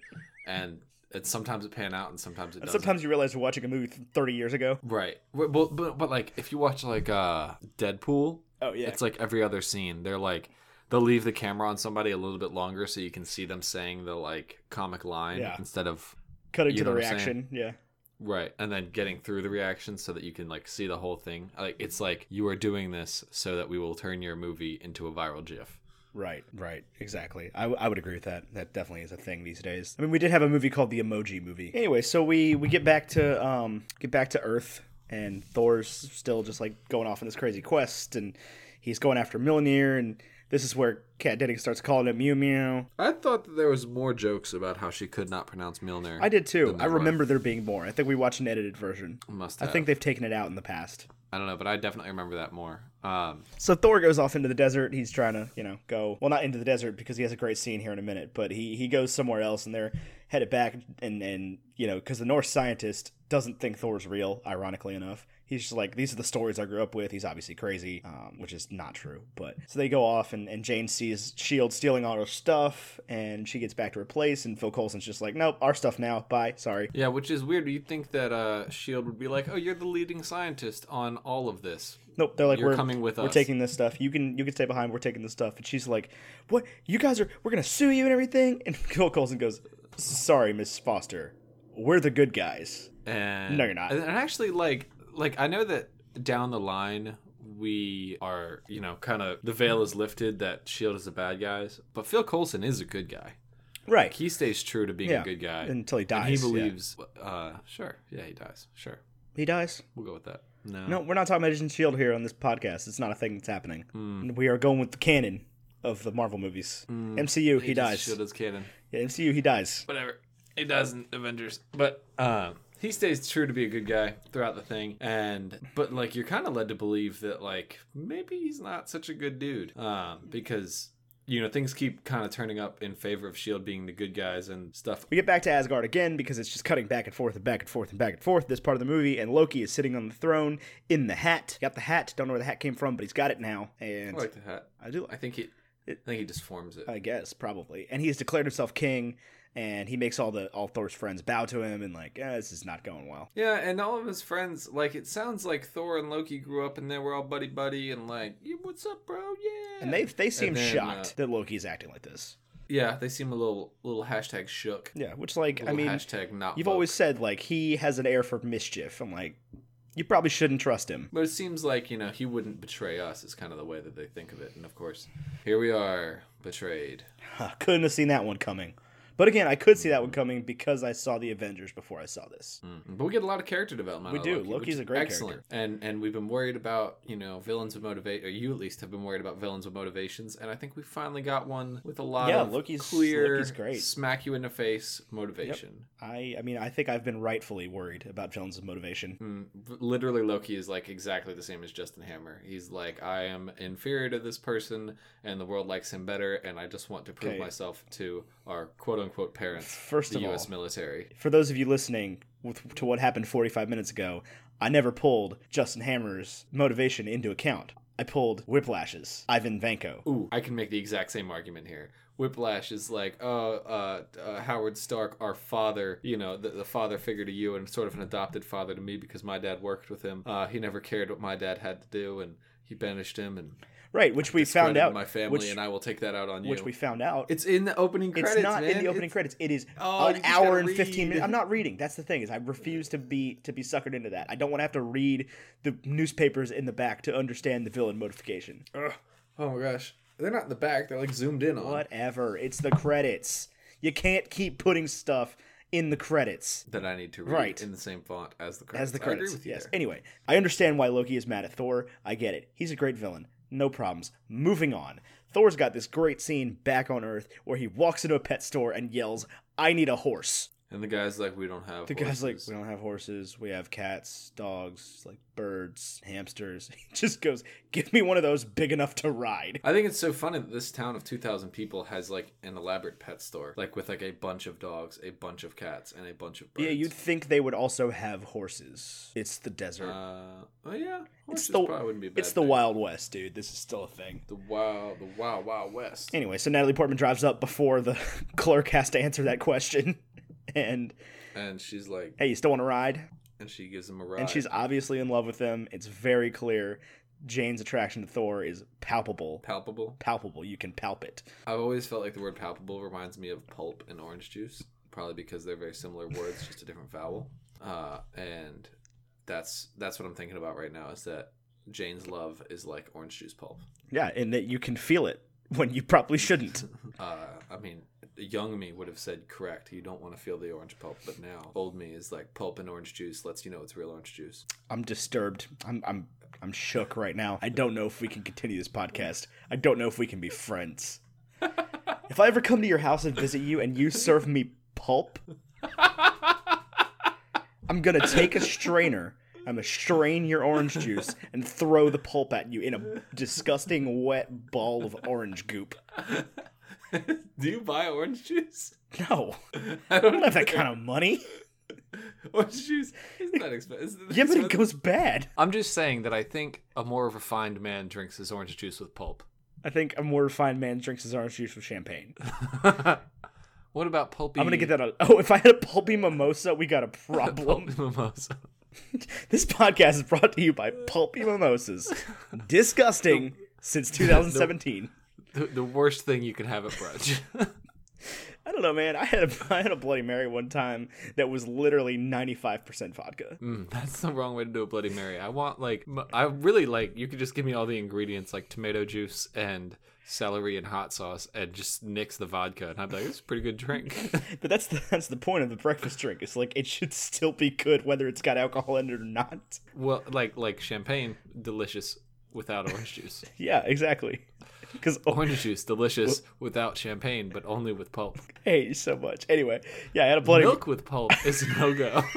Speaker 2: and it's sometimes it pan out, and sometimes it
Speaker 1: And
Speaker 2: doesn't.
Speaker 1: sometimes you realize you're watching a movie from 30 years ago.
Speaker 2: Right, but, but but but, like if you watch like uh Deadpool,
Speaker 1: Oh yeah,
Speaker 2: It's like every other scene. They're like they'll leave the camera on somebody a little bit longer so you can see them saying the like comic line
Speaker 1: Yeah.
Speaker 2: instead of
Speaker 1: cutting
Speaker 2: you
Speaker 1: to the
Speaker 2: know what I'm saying.
Speaker 1: reaction. Yeah.
Speaker 2: right and then getting through the reaction so that you can like see the whole thing. Like it's like you are doing this so that we will turn your movie into a viral gif.
Speaker 1: Right, right, exactly. I, w- I would agree with that. That definitely is a thing these days. I mean, we did have a movie called the Emoji Movie. Anyway, so we we get back to um get back to Earth, and Thor's still just like going off on this crazy quest, and he's going after Mjolnir, and this is where Kat Dennings starts calling him Mew Mew.
Speaker 2: I thought that there was more jokes about how she could not pronounce Milner.
Speaker 1: I did too.
Speaker 2: Then
Speaker 1: I
Speaker 2: there was.
Speaker 1: remember there being more. I think we watched an edited version.
Speaker 2: Must
Speaker 1: I
Speaker 2: have.
Speaker 1: think they've taken it out in the past.
Speaker 2: I don't know, but I definitely remember that more. Um,
Speaker 1: So Thor goes off into the desert. He's trying to, you know, go well, not into the desert because he has a great scene here in a minute. But he he goes somewhere else, and they're headed back, and and you know, because the Norse scientist doesn't think Thor's real. Ironically enough, he's just like, these are the stories I grew up with. He's obviously crazy, um, which is not true. But so they go off, and and Jane sees Shield E stealing all her stuff, and she gets back to her place, and Phil Coulson's just like, nope, our stuff now. Bye, sorry.
Speaker 2: yeah, which is weird. You'd think that uh, Shield would be like, "Oh, you're the leading scientist on all of this."
Speaker 1: Nope, they're like
Speaker 2: You're
Speaker 1: we're
Speaker 2: coming with
Speaker 1: We're
Speaker 2: us."
Speaker 1: taking this stuff. You can you can stay behind. We're taking this stuff. And she's like, "What? You guys are? We're gonna sue you and everything." And Phil Coulson goes, "Sorry, Miss Foster, we're the good guys."
Speaker 2: And
Speaker 1: No, you're not.
Speaker 2: And and actually, like, like I know that down the line we are, you know, kind of the veil is lifted that Shield E is the bad guys, but Phil Coulson is a good guy.
Speaker 1: Right.
Speaker 2: He stays true to being
Speaker 1: Yeah.
Speaker 2: a good guy, and
Speaker 1: Until he dies.
Speaker 2: he
Speaker 1: yeah.
Speaker 2: believes. Uh, sure, yeah, he dies. Sure,
Speaker 1: he dies.
Speaker 2: we'll go with that. No,
Speaker 1: No, we're not talking about Agent Shield E here on this podcast. It's not a thing that's happening.
Speaker 2: Hmm.
Speaker 1: We are going with the canon of the Marvel movies. MCU, he,
Speaker 2: Just
Speaker 1: dies.
Speaker 2: Shield is canon.
Speaker 1: Yeah, MCU, he dies.
Speaker 2: whatever. It does in Avengers, but um, he stays true to be a good guy throughout the thing. And but like you're kind of led to believe that like maybe he's not such a good dude um, because you know things keep kind of turning up in favor of Shield E being the good guys and stuff.
Speaker 1: We get back to Asgard again because it's just cutting back and forth and back and forth and back and forth this part of the movie, and Loki is sitting on the throne in the hat. Got the hat. Don't know where the hat came from, but he's got it now. And
Speaker 2: I like the hat.
Speaker 1: I do,
Speaker 2: I think he. I think he just forms it.
Speaker 1: I guess, probably. And he has declared himself king, and he makes all the all Thor's friends bow to him, and like, eh, this is not going well.
Speaker 2: Yeah, and all of his friends, like it sounds like Thor and Loki grew up and they were all buddy buddy and like, "Yeah, what's up, bro? Yeah.
Speaker 1: And they they seem
Speaker 2: And then,
Speaker 1: shocked
Speaker 2: uh,
Speaker 1: that Loki's acting like this.
Speaker 2: yeah, they seem a little little hashtag shook.
Speaker 1: Yeah, which like I
Speaker 2: Little
Speaker 1: mean,
Speaker 2: hashtag not.
Speaker 1: you've
Speaker 2: woke.
Speaker 1: always said like he has an air for mischief. I'm like, you probably shouldn't trust him.
Speaker 2: But it seems like, you know, he wouldn't betray us, is kind of the way that they think of it. And of course, here we are, betrayed.
Speaker 1: Couldn't have seen that one coming. But again, I could see that one coming because I saw the Avengers before I saw this.
Speaker 2: Mm. But we get a lot of character development.
Speaker 1: We
Speaker 2: out
Speaker 1: do.
Speaker 2: of Loki,
Speaker 1: Loki's
Speaker 2: which is
Speaker 1: a great
Speaker 2: excellent. And and we've been worried about you know villains with motivate, or you at least have been worried about villains with motivations. And I think we finally got one with a lot
Speaker 1: Yeah,
Speaker 2: of
Speaker 1: Loki's-
Speaker 2: clear,
Speaker 1: Loki's great.
Speaker 2: smack you in the face motivation.
Speaker 1: I I mean, I think I've been rightfully worried about villains' motivation.
Speaker 2: Mm, v- literally, Loki is like exactly the same as Justin Hammer. He's like, I am inferior to this person, and the world likes him better, and I just want to prove
Speaker 1: Okay.
Speaker 2: myself to our quote unquote parents,
Speaker 1: First
Speaker 2: the
Speaker 1: of all,
Speaker 2: U.S. military.
Speaker 1: for those of you listening with, to what happened 45 minutes ago, I never pulled Justin Hammer's motivation into account. I pulled Whiplash's Ivan Vanko.
Speaker 2: Ooh, I can make the exact same argument here. Whiplash is like, oh, uh, uh, Howard Stark, our father, you know, the, the father figure to you and sort of an adopted father to me because my dad worked with him. Uh, he never cared what my dad had to do and he banished him and
Speaker 1: Right, which we found
Speaker 2: discredited
Speaker 1: out.
Speaker 2: my family
Speaker 1: which,
Speaker 2: and I will take that out on you.
Speaker 1: which we found out.
Speaker 2: it's in the opening
Speaker 1: It's
Speaker 2: credits,
Speaker 1: not in
Speaker 2: man.
Speaker 1: the opening
Speaker 2: It's-
Speaker 1: credits. It is
Speaker 2: Oh, you
Speaker 1: an
Speaker 2: just
Speaker 1: hour
Speaker 2: gotta
Speaker 1: and fifteen minutes.
Speaker 2: read.
Speaker 1: I'm not reading. That's the thing is, I refuse to be to be suckered into that. I don't want to have to read the newspapers in the back to understand the villain modification.
Speaker 2: Oh my gosh. They're not in the back. They're like zoomed in on.
Speaker 1: Whatever. It's the credits. You can't keep putting stuff in the credits
Speaker 2: That I need to read
Speaker 1: Right.
Speaker 2: in the same font as the credits.
Speaker 1: as the
Speaker 2: I
Speaker 1: credits.
Speaker 2: agree with you
Speaker 1: yes.
Speaker 2: there.
Speaker 1: Anyway, I understand why Loki is mad at Thor. I get it. He's a great villain. No problems. Moving on. Thor's got this great scene back on Earth where he walks into a pet store and yells, "I need a horse."
Speaker 2: And the guy's like, we don't have.
Speaker 1: The guy's like,
Speaker 2: horses."
Speaker 1: we don't have horses. We have cats, dogs, like birds, hamsters. He just goes, give me one of those big enough to ride.
Speaker 2: I think it's so funny that this town of 2,000 people has like an elaborate pet store, like with like a bunch of dogs, a bunch of cats, and a bunch of birds.
Speaker 1: Yeah, you'd think they would also have horses. It's the desert.
Speaker 2: Uh, oh yeah,
Speaker 1: it's
Speaker 2: horses
Speaker 1: the
Speaker 2: probably wouldn't be a bad.
Speaker 1: it's the
Speaker 2: thing.
Speaker 1: Wild West, dude. This is still a thing.
Speaker 2: the wild, the wild, wild west.
Speaker 1: Anyway, so Natalie Portman drives up before the clerk has to answer that question. And
Speaker 2: And she's like,
Speaker 1: hey, you still want to ride?
Speaker 2: and she gives him a ride.
Speaker 1: And she's obviously in love with him. It's very clear. Jane's attraction to Thor is palpable.
Speaker 2: palpable.
Speaker 1: Palpable. You can palp it.
Speaker 2: I've always felt like the word palpable reminds me of pulp and orange juice, probably because they're very similar words, just a different vowel. Uh, and that's that's what I'm thinking about right now is that Jane's love is like orange juice pulp.
Speaker 1: Yeah, and that you can feel it when you probably shouldn't.
Speaker 2: Uh, I mean, young me would have said correct. You don't want to feel the orange pulp, but now old me is like pulp and orange juice lets you know it's real orange juice.
Speaker 1: I'm disturbed. I'm I'm I'm shook right now. I don't know if we can continue this podcast. I don't know if we can be friends. If I ever come to your house and visit you and you serve me pulp, I'm going to take a strainer. I'm going to strain your orange juice and throw the pulp at you in a disgusting wet ball of orange goop.
Speaker 2: Do you buy orange juice?
Speaker 1: No.
Speaker 2: I
Speaker 1: I
Speaker 2: don't
Speaker 1: don't have that kind of money.
Speaker 2: Orange juice is not expensive.
Speaker 1: Yeah, but it goes bad.
Speaker 2: I'm just saying that I think a more refined man drinks his orange juice with pulp.
Speaker 1: I think a more refined man drinks his orange juice with champagne.
Speaker 2: what about pulpy?
Speaker 1: I'm gonna get that. On, oh, if I had a pulpy mimosa, we got a problem.
Speaker 2: pulpy mimosa.
Speaker 1: this podcast is brought to you by Pulpy Mimosas. Disgusting since 2017.
Speaker 2: The, the worst thing you can have at brunch.
Speaker 1: I don't know, man. I had a I had a Bloody Mary one time that was literally 95% vodka.
Speaker 2: Mm, that's the wrong way to do a Bloody Mary. I want like m- I really like you could just give me all the ingredients like tomato juice and celery and hot sauce and just nix the vodka and I'd be like it's a pretty good drink.
Speaker 1: But that's the that's the point of the breakfast drink. It's like it should still be good whether it's got alcohol in it or not.
Speaker 2: well, like like champagne, delicious without orange juice.
Speaker 1: Yeah, exactly. Because oh,
Speaker 2: Orange juice, delicious without champagne, but only with pulp.
Speaker 1: I hate you so much. Anyway, yeah, I had a Bloody
Speaker 2: Milk with pulp is no go.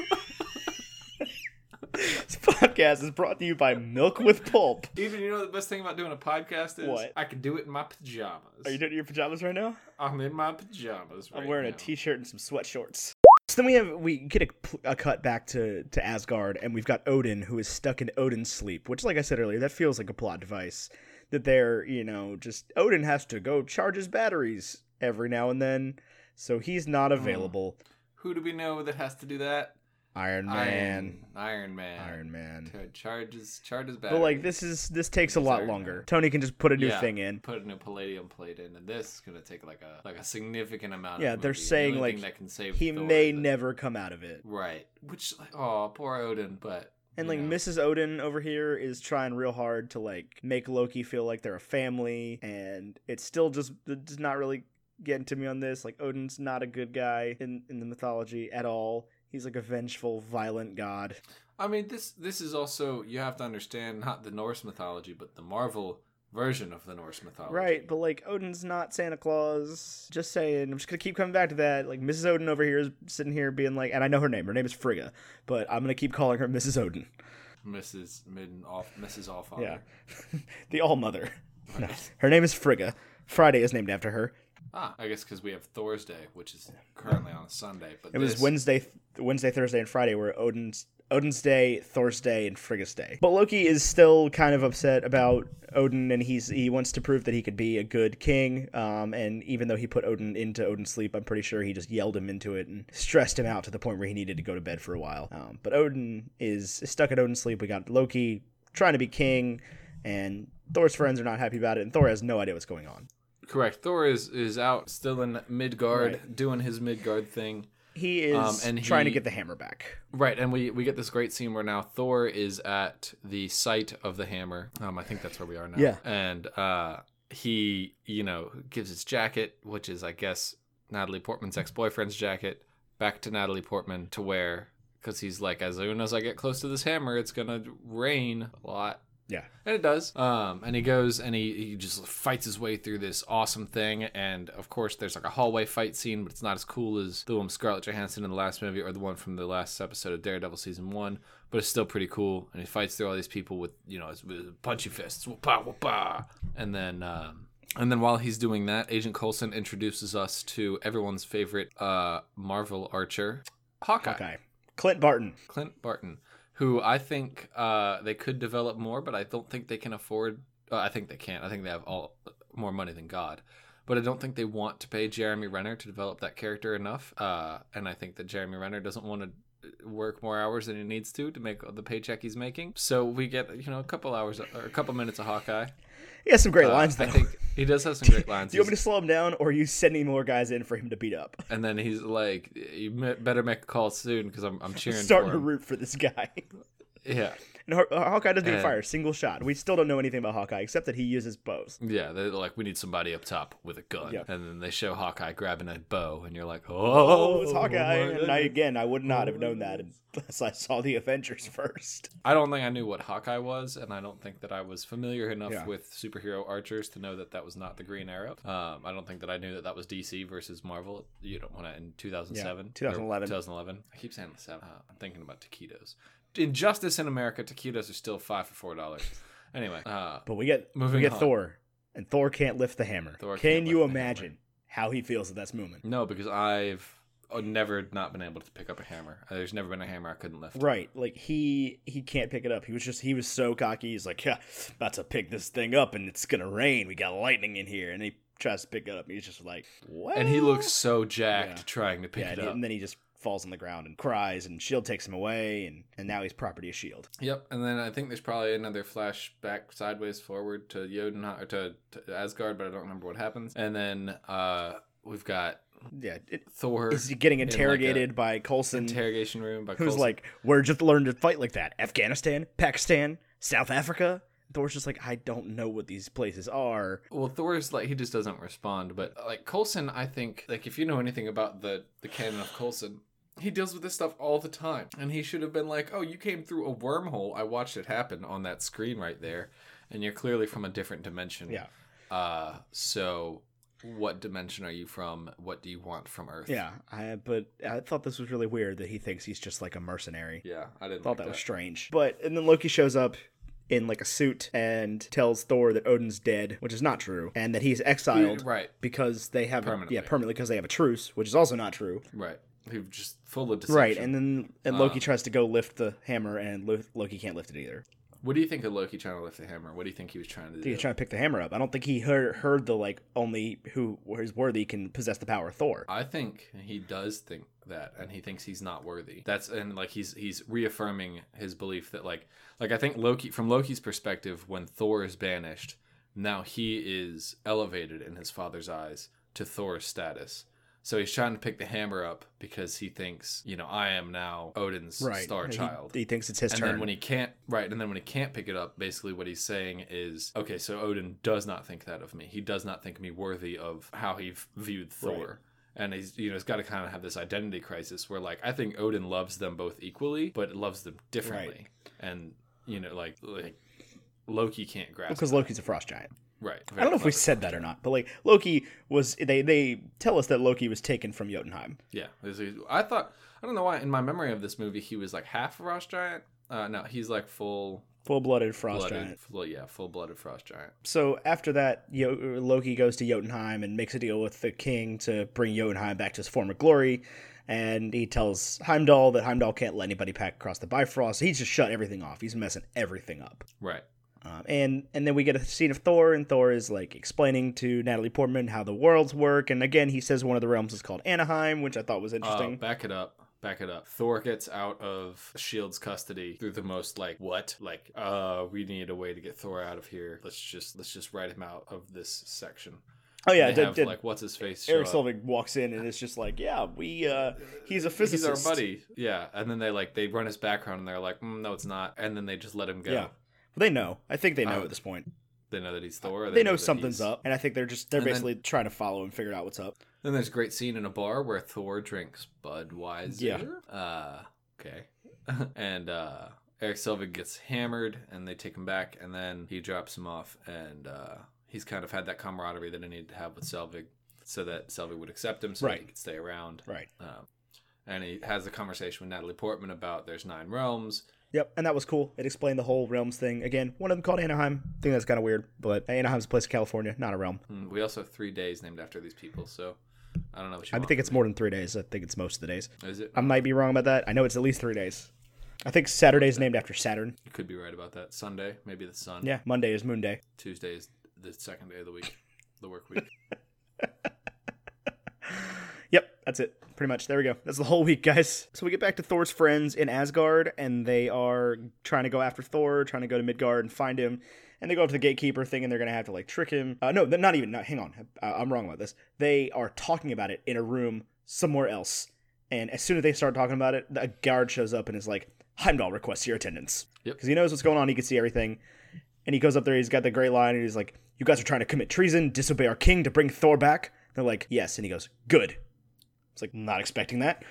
Speaker 1: This podcast is brought to you by Milk with Pulp.
Speaker 2: Even you know the best thing about doing a podcast is
Speaker 1: What?
Speaker 2: I can do it in my pajamas.
Speaker 1: Are you doing your pajamas right now?
Speaker 2: I'm in my pajamas. Right
Speaker 1: I'm wearing a
Speaker 2: now.
Speaker 1: t-shirt and some sweatshorts. So then we have we get a, pl- a cut back to to Asgard, and we've got Odin who is stuck in Odin's sleep, which, like I said earlier, that feels like a plot device. That they're you know just Odin has to go charge his batteries every now and then, so he's not
Speaker 2: Hmm.
Speaker 1: available.
Speaker 2: Who do we know that has to do that?
Speaker 1: Iron Man,
Speaker 2: Iron Man.
Speaker 1: Iron Man.
Speaker 2: Ch- Charges, charges back.
Speaker 1: Mm. But like this is this takes a lot
Speaker 2: Iron
Speaker 1: longer.
Speaker 2: Man.
Speaker 1: Tony can just put a new thing in.
Speaker 2: Put a new palladium plate in, and this is gonna take like a like a significant amount.
Speaker 1: Yeah,
Speaker 2: of
Speaker 1: they're
Speaker 2: movie. The
Speaker 1: saying,
Speaker 2: only
Speaker 1: like,
Speaker 2: thing that can save
Speaker 1: He
Speaker 2: Thor
Speaker 1: may
Speaker 2: is that-
Speaker 1: never come out of it.
Speaker 2: Right, which like oh poor Odin, but
Speaker 1: And
Speaker 2: you
Speaker 1: like
Speaker 2: know.
Speaker 1: Mrs. Odin over here is trying real hard to like make Loki feel like they're a family, and it's still just it's not really getting to me on this. Like Odin's not a good guy in in the mythology at all. He's like a vengeful, violent god.
Speaker 2: I mean, this this is also you have to understand not the Norse mythology, but the Marvel version of the Norse mythology.
Speaker 1: Right, but like Odin's not Santa Claus. Just saying, I'm just gonna keep coming back to that. Like Mrs. Odin over here is sitting here being like, and I know her name. Her name is Frigga, but I'm gonna keep calling her Mrs. Odin.
Speaker 2: Mrs. Midden off Mrs. Off.
Speaker 1: Yeah, the All Mother. No, her name is Frigga. Friday is named after her.
Speaker 2: Ah, I guess because we have Thursday, which is currently on a Sunday, but
Speaker 1: It was
Speaker 2: this-
Speaker 1: Wednesday, Wednesday, Thursday, and Friday were Odin's Odin's day, Thursday, and Frigga's day. But Loki is still kind of upset about Odin, and he's he wants to prove that he could be a good king. Um, and even though he put Odin into Odin's sleep, I'm pretty sure he just yelled him into it and stressed him out to the point where he needed to go to bed for a while. Um, but Odin is stuck at Odin's sleep. We got Loki trying to be king, and Thor's friends are not happy about it, and Thor has no idea what's going on.
Speaker 2: correct. Thor is is out still in Midgard
Speaker 1: Right.
Speaker 2: doing his Midgard thing.
Speaker 1: He is
Speaker 2: Um, and
Speaker 1: trying to
Speaker 2: he-
Speaker 1: get the hammer back.
Speaker 2: Right, and we we get this great scene where now Thor is at the site of the hammer. Um, I think that's where we are now.
Speaker 1: Yeah.
Speaker 2: and uh, he you know gives his jacket, which is I guess Natalie Portman's ex boyfriend's jacket, back to Natalie Portman to wear because he's like, as soon as I get close to this hammer, it's gonna rain a lot.
Speaker 1: Yeah.
Speaker 2: And it does. Um, and he goes and he, he just fights his way through this awesome thing. And of course, there's like a hallway fight scene, but it's not as cool as the one with Scarlett Johansson in the last movie or the one from the last episode of Daredevil season one. But it's still pretty cool. And he fights through all these people with you know his, with punchy fists, whoop-ah, whoop-ah. and then. Um, and then while he's doing that, Agent Coulson introduces us to everyone's favorite uh, Marvel archer, Hawkeye.
Speaker 1: Okay. Clint Barton.
Speaker 2: Clint Barton, who I think uh, they could develop more, but I don't think they can afford. Uh, I think they can't. I think they have all more money than God, but I don't think they want to pay Jeremy Renner to develop that character enough. Uh, and I think that Jeremy Renner doesn't want to work more hours than he needs to to make the paycheck he's making. So we get you know a couple hours or a couple minutes of Hawkeye.
Speaker 1: He has some great
Speaker 2: Uh,
Speaker 1: lines though.
Speaker 2: I think he does have some great lines.
Speaker 1: Do you want
Speaker 2: He's-
Speaker 1: me to slow him down, or are you sending more guys in for him to beat up?
Speaker 2: and then he's like, "You me- better make a call soon because I'm I'm cheering
Speaker 1: Starting
Speaker 2: for
Speaker 1: to
Speaker 2: him."
Speaker 1: root for this guy.
Speaker 2: yeah.
Speaker 1: And Haw- Hawkeye doesn't even
Speaker 2: Uh,
Speaker 1: fire a single shot. We still don't know anything about Hawkeye except that he uses bows.
Speaker 2: Yeah, they're like, we need somebody up top with a gun.
Speaker 1: Yeah.
Speaker 2: And then they show Hawkeye grabbing a bow, and you're like, oh,
Speaker 1: Oh, it's Hawkeye!
Speaker 2: my
Speaker 1: and I,
Speaker 2: goodness.
Speaker 1: again, I would not have known that unless I saw the Avengers first.
Speaker 2: I don't think I knew what Hawkeye was, and I don't think that I was familiar enough
Speaker 1: Yeah.
Speaker 2: with superhero archers to know that that was not the Green Arrow. Um, I don't think that I knew that that was DC versus Marvel. You don't want to in 2007,
Speaker 1: Yeah, 2011.
Speaker 2: 2011. I keep saying seven. Uh, I'm thinking about taquitos. Injustice in America, taquitos are still five for four dollars. Anyway, uh,
Speaker 1: But we get
Speaker 2: Moving
Speaker 1: we get
Speaker 2: on.
Speaker 1: Thor, and Thor can't lift the hammer.
Speaker 2: Thor
Speaker 1: Can
Speaker 2: can't
Speaker 1: you
Speaker 2: lift the hammer.
Speaker 1: imagine how he feels at this moment?
Speaker 2: no, because I've uh, never not been able to pick up a hammer. Uh, There's never been a hammer I couldn't lift.
Speaker 1: Right, like he he can't pick it up. He was just he was so cocky. He's like, yeah, about to pick this thing up, and it's gonna rain. We got lightning in here, and he tries to pick it up. And he's just like, what?
Speaker 2: And he looks so jacked
Speaker 1: Ah. Yeah.
Speaker 2: trying to pick
Speaker 1: yeah,
Speaker 2: it
Speaker 1: and,
Speaker 2: up.
Speaker 1: and then he just falls on the ground and cries, and Shield E takes him away, and and now he's property of Shield.
Speaker 2: yep. And then I think there's probably another flashback sideways forward to Yoden or to, to Asgard, but I don't remember what happens. And then uh, we've got
Speaker 1: Yeah, it,
Speaker 2: Thor
Speaker 1: he's getting
Speaker 2: like,
Speaker 1: interrogated by Coulson,
Speaker 2: interrogation room by
Speaker 1: who's
Speaker 2: Coulson.
Speaker 1: like, we're just learning to fight like that. Afghanistan, Pakistan, South Africa. Thor's just like, I don't know what these places are.
Speaker 2: Well, Thor's like he just doesn't respond, but like Coulson, I think like if you know anything about the the canon of Coulson, he deals with this stuff all the time, and he should have been like, "Oh, you came through a wormhole. I watched it happen on that screen right there, and you're clearly from a different dimension."
Speaker 1: Yeah.
Speaker 2: Uh, so what dimension are you from? What do you want from Earth?
Speaker 1: Yeah, I, but I thought this was really weird that he thinks he's just like a mercenary.
Speaker 2: Yeah, I didn't
Speaker 1: thought
Speaker 2: like
Speaker 1: that
Speaker 2: that.
Speaker 1: was strange. But and then Loki shows up in like a suit and tells Thor that Odin's dead, which is not true, and that he's exiled
Speaker 2: Right,
Speaker 1: because they have a,
Speaker 2: Permanently.
Speaker 1: yeah permanently because they have a truce, which is also not true.
Speaker 2: right. He was just full of deception.
Speaker 1: Right, and then and Loki
Speaker 2: Um,
Speaker 1: tries to go lift the hammer, and Lo- Loki can't lift it either.
Speaker 2: what do you think of Loki trying to lift the hammer? What do you think he was trying to do?
Speaker 1: He's trying to pick the hammer up. I don't think he heard, heard the like only who is worthy can possess the power of Thor.
Speaker 2: I think he does think that, and he thinks he's not worthy. That's and like he's he's reaffirming his belief that like like I think Loki from Loki's perspective, when Thor is banished, now he is elevated in his father's eyes to Thor's status. So he's trying to pick the hammer up because he thinks, you know, I am now Odin's
Speaker 1: Right.
Speaker 2: star
Speaker 1: He-
Speaker 2: child.
Speaker 1: He, thinks it's his
Speaker 2: and
Speaker 1: turn.
Speaker 2: then when he can't, right, and then when he can't pick it up, basically what he's saying is, okay, so Odin does not think that of me. He does not think me worthy of how he v- viewed Thor. And he's, you know, he's got to kind of have this identity crisis where, like, I think Odin loves them both equally, but loves them differently. And, you know, like, like Loki can't grasp
Speaker 1: because
Speaker 2: that.
Speaker 1: Loki's a frost giant.
Speaker 2: right.
Speaker 1: I don't know if we said that or not, but like Loki was they they tell us that Loki was taken from Jotunheim.
Speaker 2: Yeah, this is- I thought I don't know why in my memory of this movie he was like half frost giant. Uh, no, he's like full
Speaker 1: Full blooded frost
Speaker 2: blooded,
Speaker 1: giant.
Speaker 2: full, yeah, full blooded frost giant.
Speaker 1: So after that, Yo- Loki goes to Jotunheim and makes a deal with the king to bring Jotunheim back to his former glory. And he tells Heimdall that Heimdall can't let anybody pack across the Bifrost. He's just shut everything off. He's messing everything up.
Speaker 2: Right.
Speaker 1: Um, and and then we get a scene of Thor, and Thor is like explaining to Natalie Portman how the worlds work. And again, he says one of the realms is called Anaheim, which I thought was
Speaker 2: Uh,
Speaker 1: interesting.
Speaker 2: back it up. Back it up. Thor gets out of Shield's custody through the most like what? Like, uh, we need a way to get Thor out of here. Let's just let's just write him out of this section.
Speaker 1: oh yeah,
Speaker 2: They
Speaker 1: did,
Speaker 2: have,
Speaker 1: did
Speaker 2: like what's his face? show
Speaker 1: Eric
Speaker 2: up.
Speaker 1: Selvig walks in and it's just like, yeah, we uh, he's a
Speaker 2: He's
Speaker 1: physicist.
Speaker 2: our buddy. Yeah, and then they like they run his background and they're like, mm, no, it's not. And then they just let him go.
Speaker 1: Yeah. They know. I think they know
Speaker 2: Uh,
Speaker 1: at this point.
Speaker 2: They know that he's Thor. or
Speaker 1: They know
Speaker 2: that
Speaker 1: something's
Speaker 2: he's-
Speaker 1: up, and I think they're just they're
Speaker 2: And then-
Speaker 1: basically trying to follow and figure out what's up.
Speaker 2: Then there's a great scene in a bar where Thor drinks Budweiser.
Speaker 1: Yeah.
Speaker 2: Uh, okay. and uh, Eric Selvig gets hammered, and they take him back, and then he drops him off, and uh, he's kind of had that camaraderie that I needed to have with Selvig, so that Selvig would accept him, so that
Speaker 1: Right.
Speaker 2: he could stay around.
Speaker 1: Right.
Speaker 2: Um, and he has a conversation with Natalie Portman about there's nine realms.
Speaker 1: Yep, and that was cool. It explained the whole realms thing. Again, one of them called Anaheim. I think that's kind of weird, but Anaheim's a place in California, not a realm.
Speaker 2: Mm, We also have three days named after these people, so I don't know what you
Speaker 1: I
Speaker 2: want
Speaker 1: think it's Um,
Speaker 2: from
Speaker 1: more than three days. I think it's most of the days.
Speaker 2: me. Is it?
Speaker 1: I might be wrong about that. I know it's at least three days. I think Saturday's named after Saturn.
Speaker 2: You could be right about that. Sunday, maybe the sun.
Speaker 1: Yeah, Monday is Moon Day.
Speaker 2: Tuesday is the second day of the week, the work week.
Speaker 1: Yep, that's it. Pretty much. There we go. That's the whole week, guys. So we get back to Thor's friends in Asgard, and they are trying to go after Thor, trying to go to Midgard and find him. And they go up to the gatekeeper, thinking they're going to have to like trick him. Uh, no, they're not even. No, hang on, uh, I'm wrong about this. They are talking about it in a room somewhere else. And as soon as they start talking about it, a guard shows up and is like, "Heimdall requests your attendance,"
Speaker 2: Yep.
Speaker 1: he knows what's going on. He can see everything. And he goes up there. He's got the gray line, and he's like, "You guys are trying to commit treason, disobey our king to bring Thor back." They're like, "Yes," and he goes, "Good." It's like not expecting that,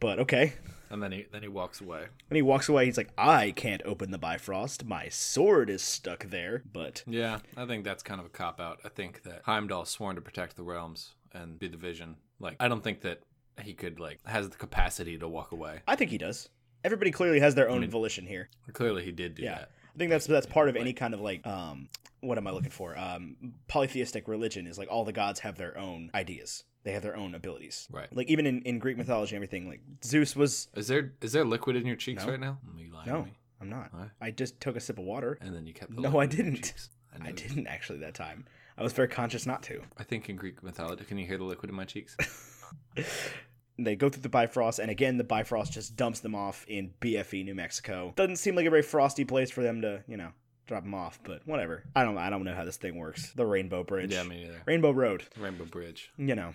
Speaker 1: but okay.
Speaker 2: And then he then he walks away.
Speaker 1: When he walks away, he's like, "I can't open the Bifrost. My sword is stuck there." But
Speaker 2: Yeah, I think that's kind of a cop out. I think that Heimdall sworn to protect the realms and be the vision. Like I don't think that he could like has the capacity to walk away.
Speaker 1: I think he does. Everybody clearly has their own
Speaker 2: mean-
Speaker 1: volition here.
Speaker 2: Clearly, he did do
Speaker 1: Yeah.
Speaker 2: that.
Speaker 1: I think that's that's part of any kind of like um what am I looking for? Um polytheistic religion is like all the gods have their own ideas. They have their own abilities.
Speaker 2: Right.
Speaker 1: Like even in, in Greek mythology and everything, like Zeus was
Speaker 2: Is there is there liquid in your cheeks
Speaker 1: No.
Speaker 2: right now? Are you lying to
Speaker 1: No,
Speaker 2: me?
Speaker 1: I'm not.
Speaker 2: All right.
Speaker 1: I just took a sip of water.
Speaker 2: And then you kept. The
Speaker 1: No, I
Speaker 2: liquid in your
Speaker 1: didn't.
Speaker 2: cheeks. I,
Speaker 1: I
Speaker 2: did.
Speaker 1: didn't actually that time. I was very conscious not to.
Speaker 2: I think in Greek mythology, can you hear the liquid in my cheeks?
Speaker 1: They go through the Bifrost, and again, the Bifrost just dumps them off in BFE, New Mexico. Doesn't seem like a very frosty place for them to, you know, drop them off. But whatever. I don't. I don't know how this thing works. The Rainbow Bridge.
Speaker 2: yeah, me neither.
Speaker 1: Rainbow Road.
Speaker 2: Rainbow Bridge.
Speaker 1: you know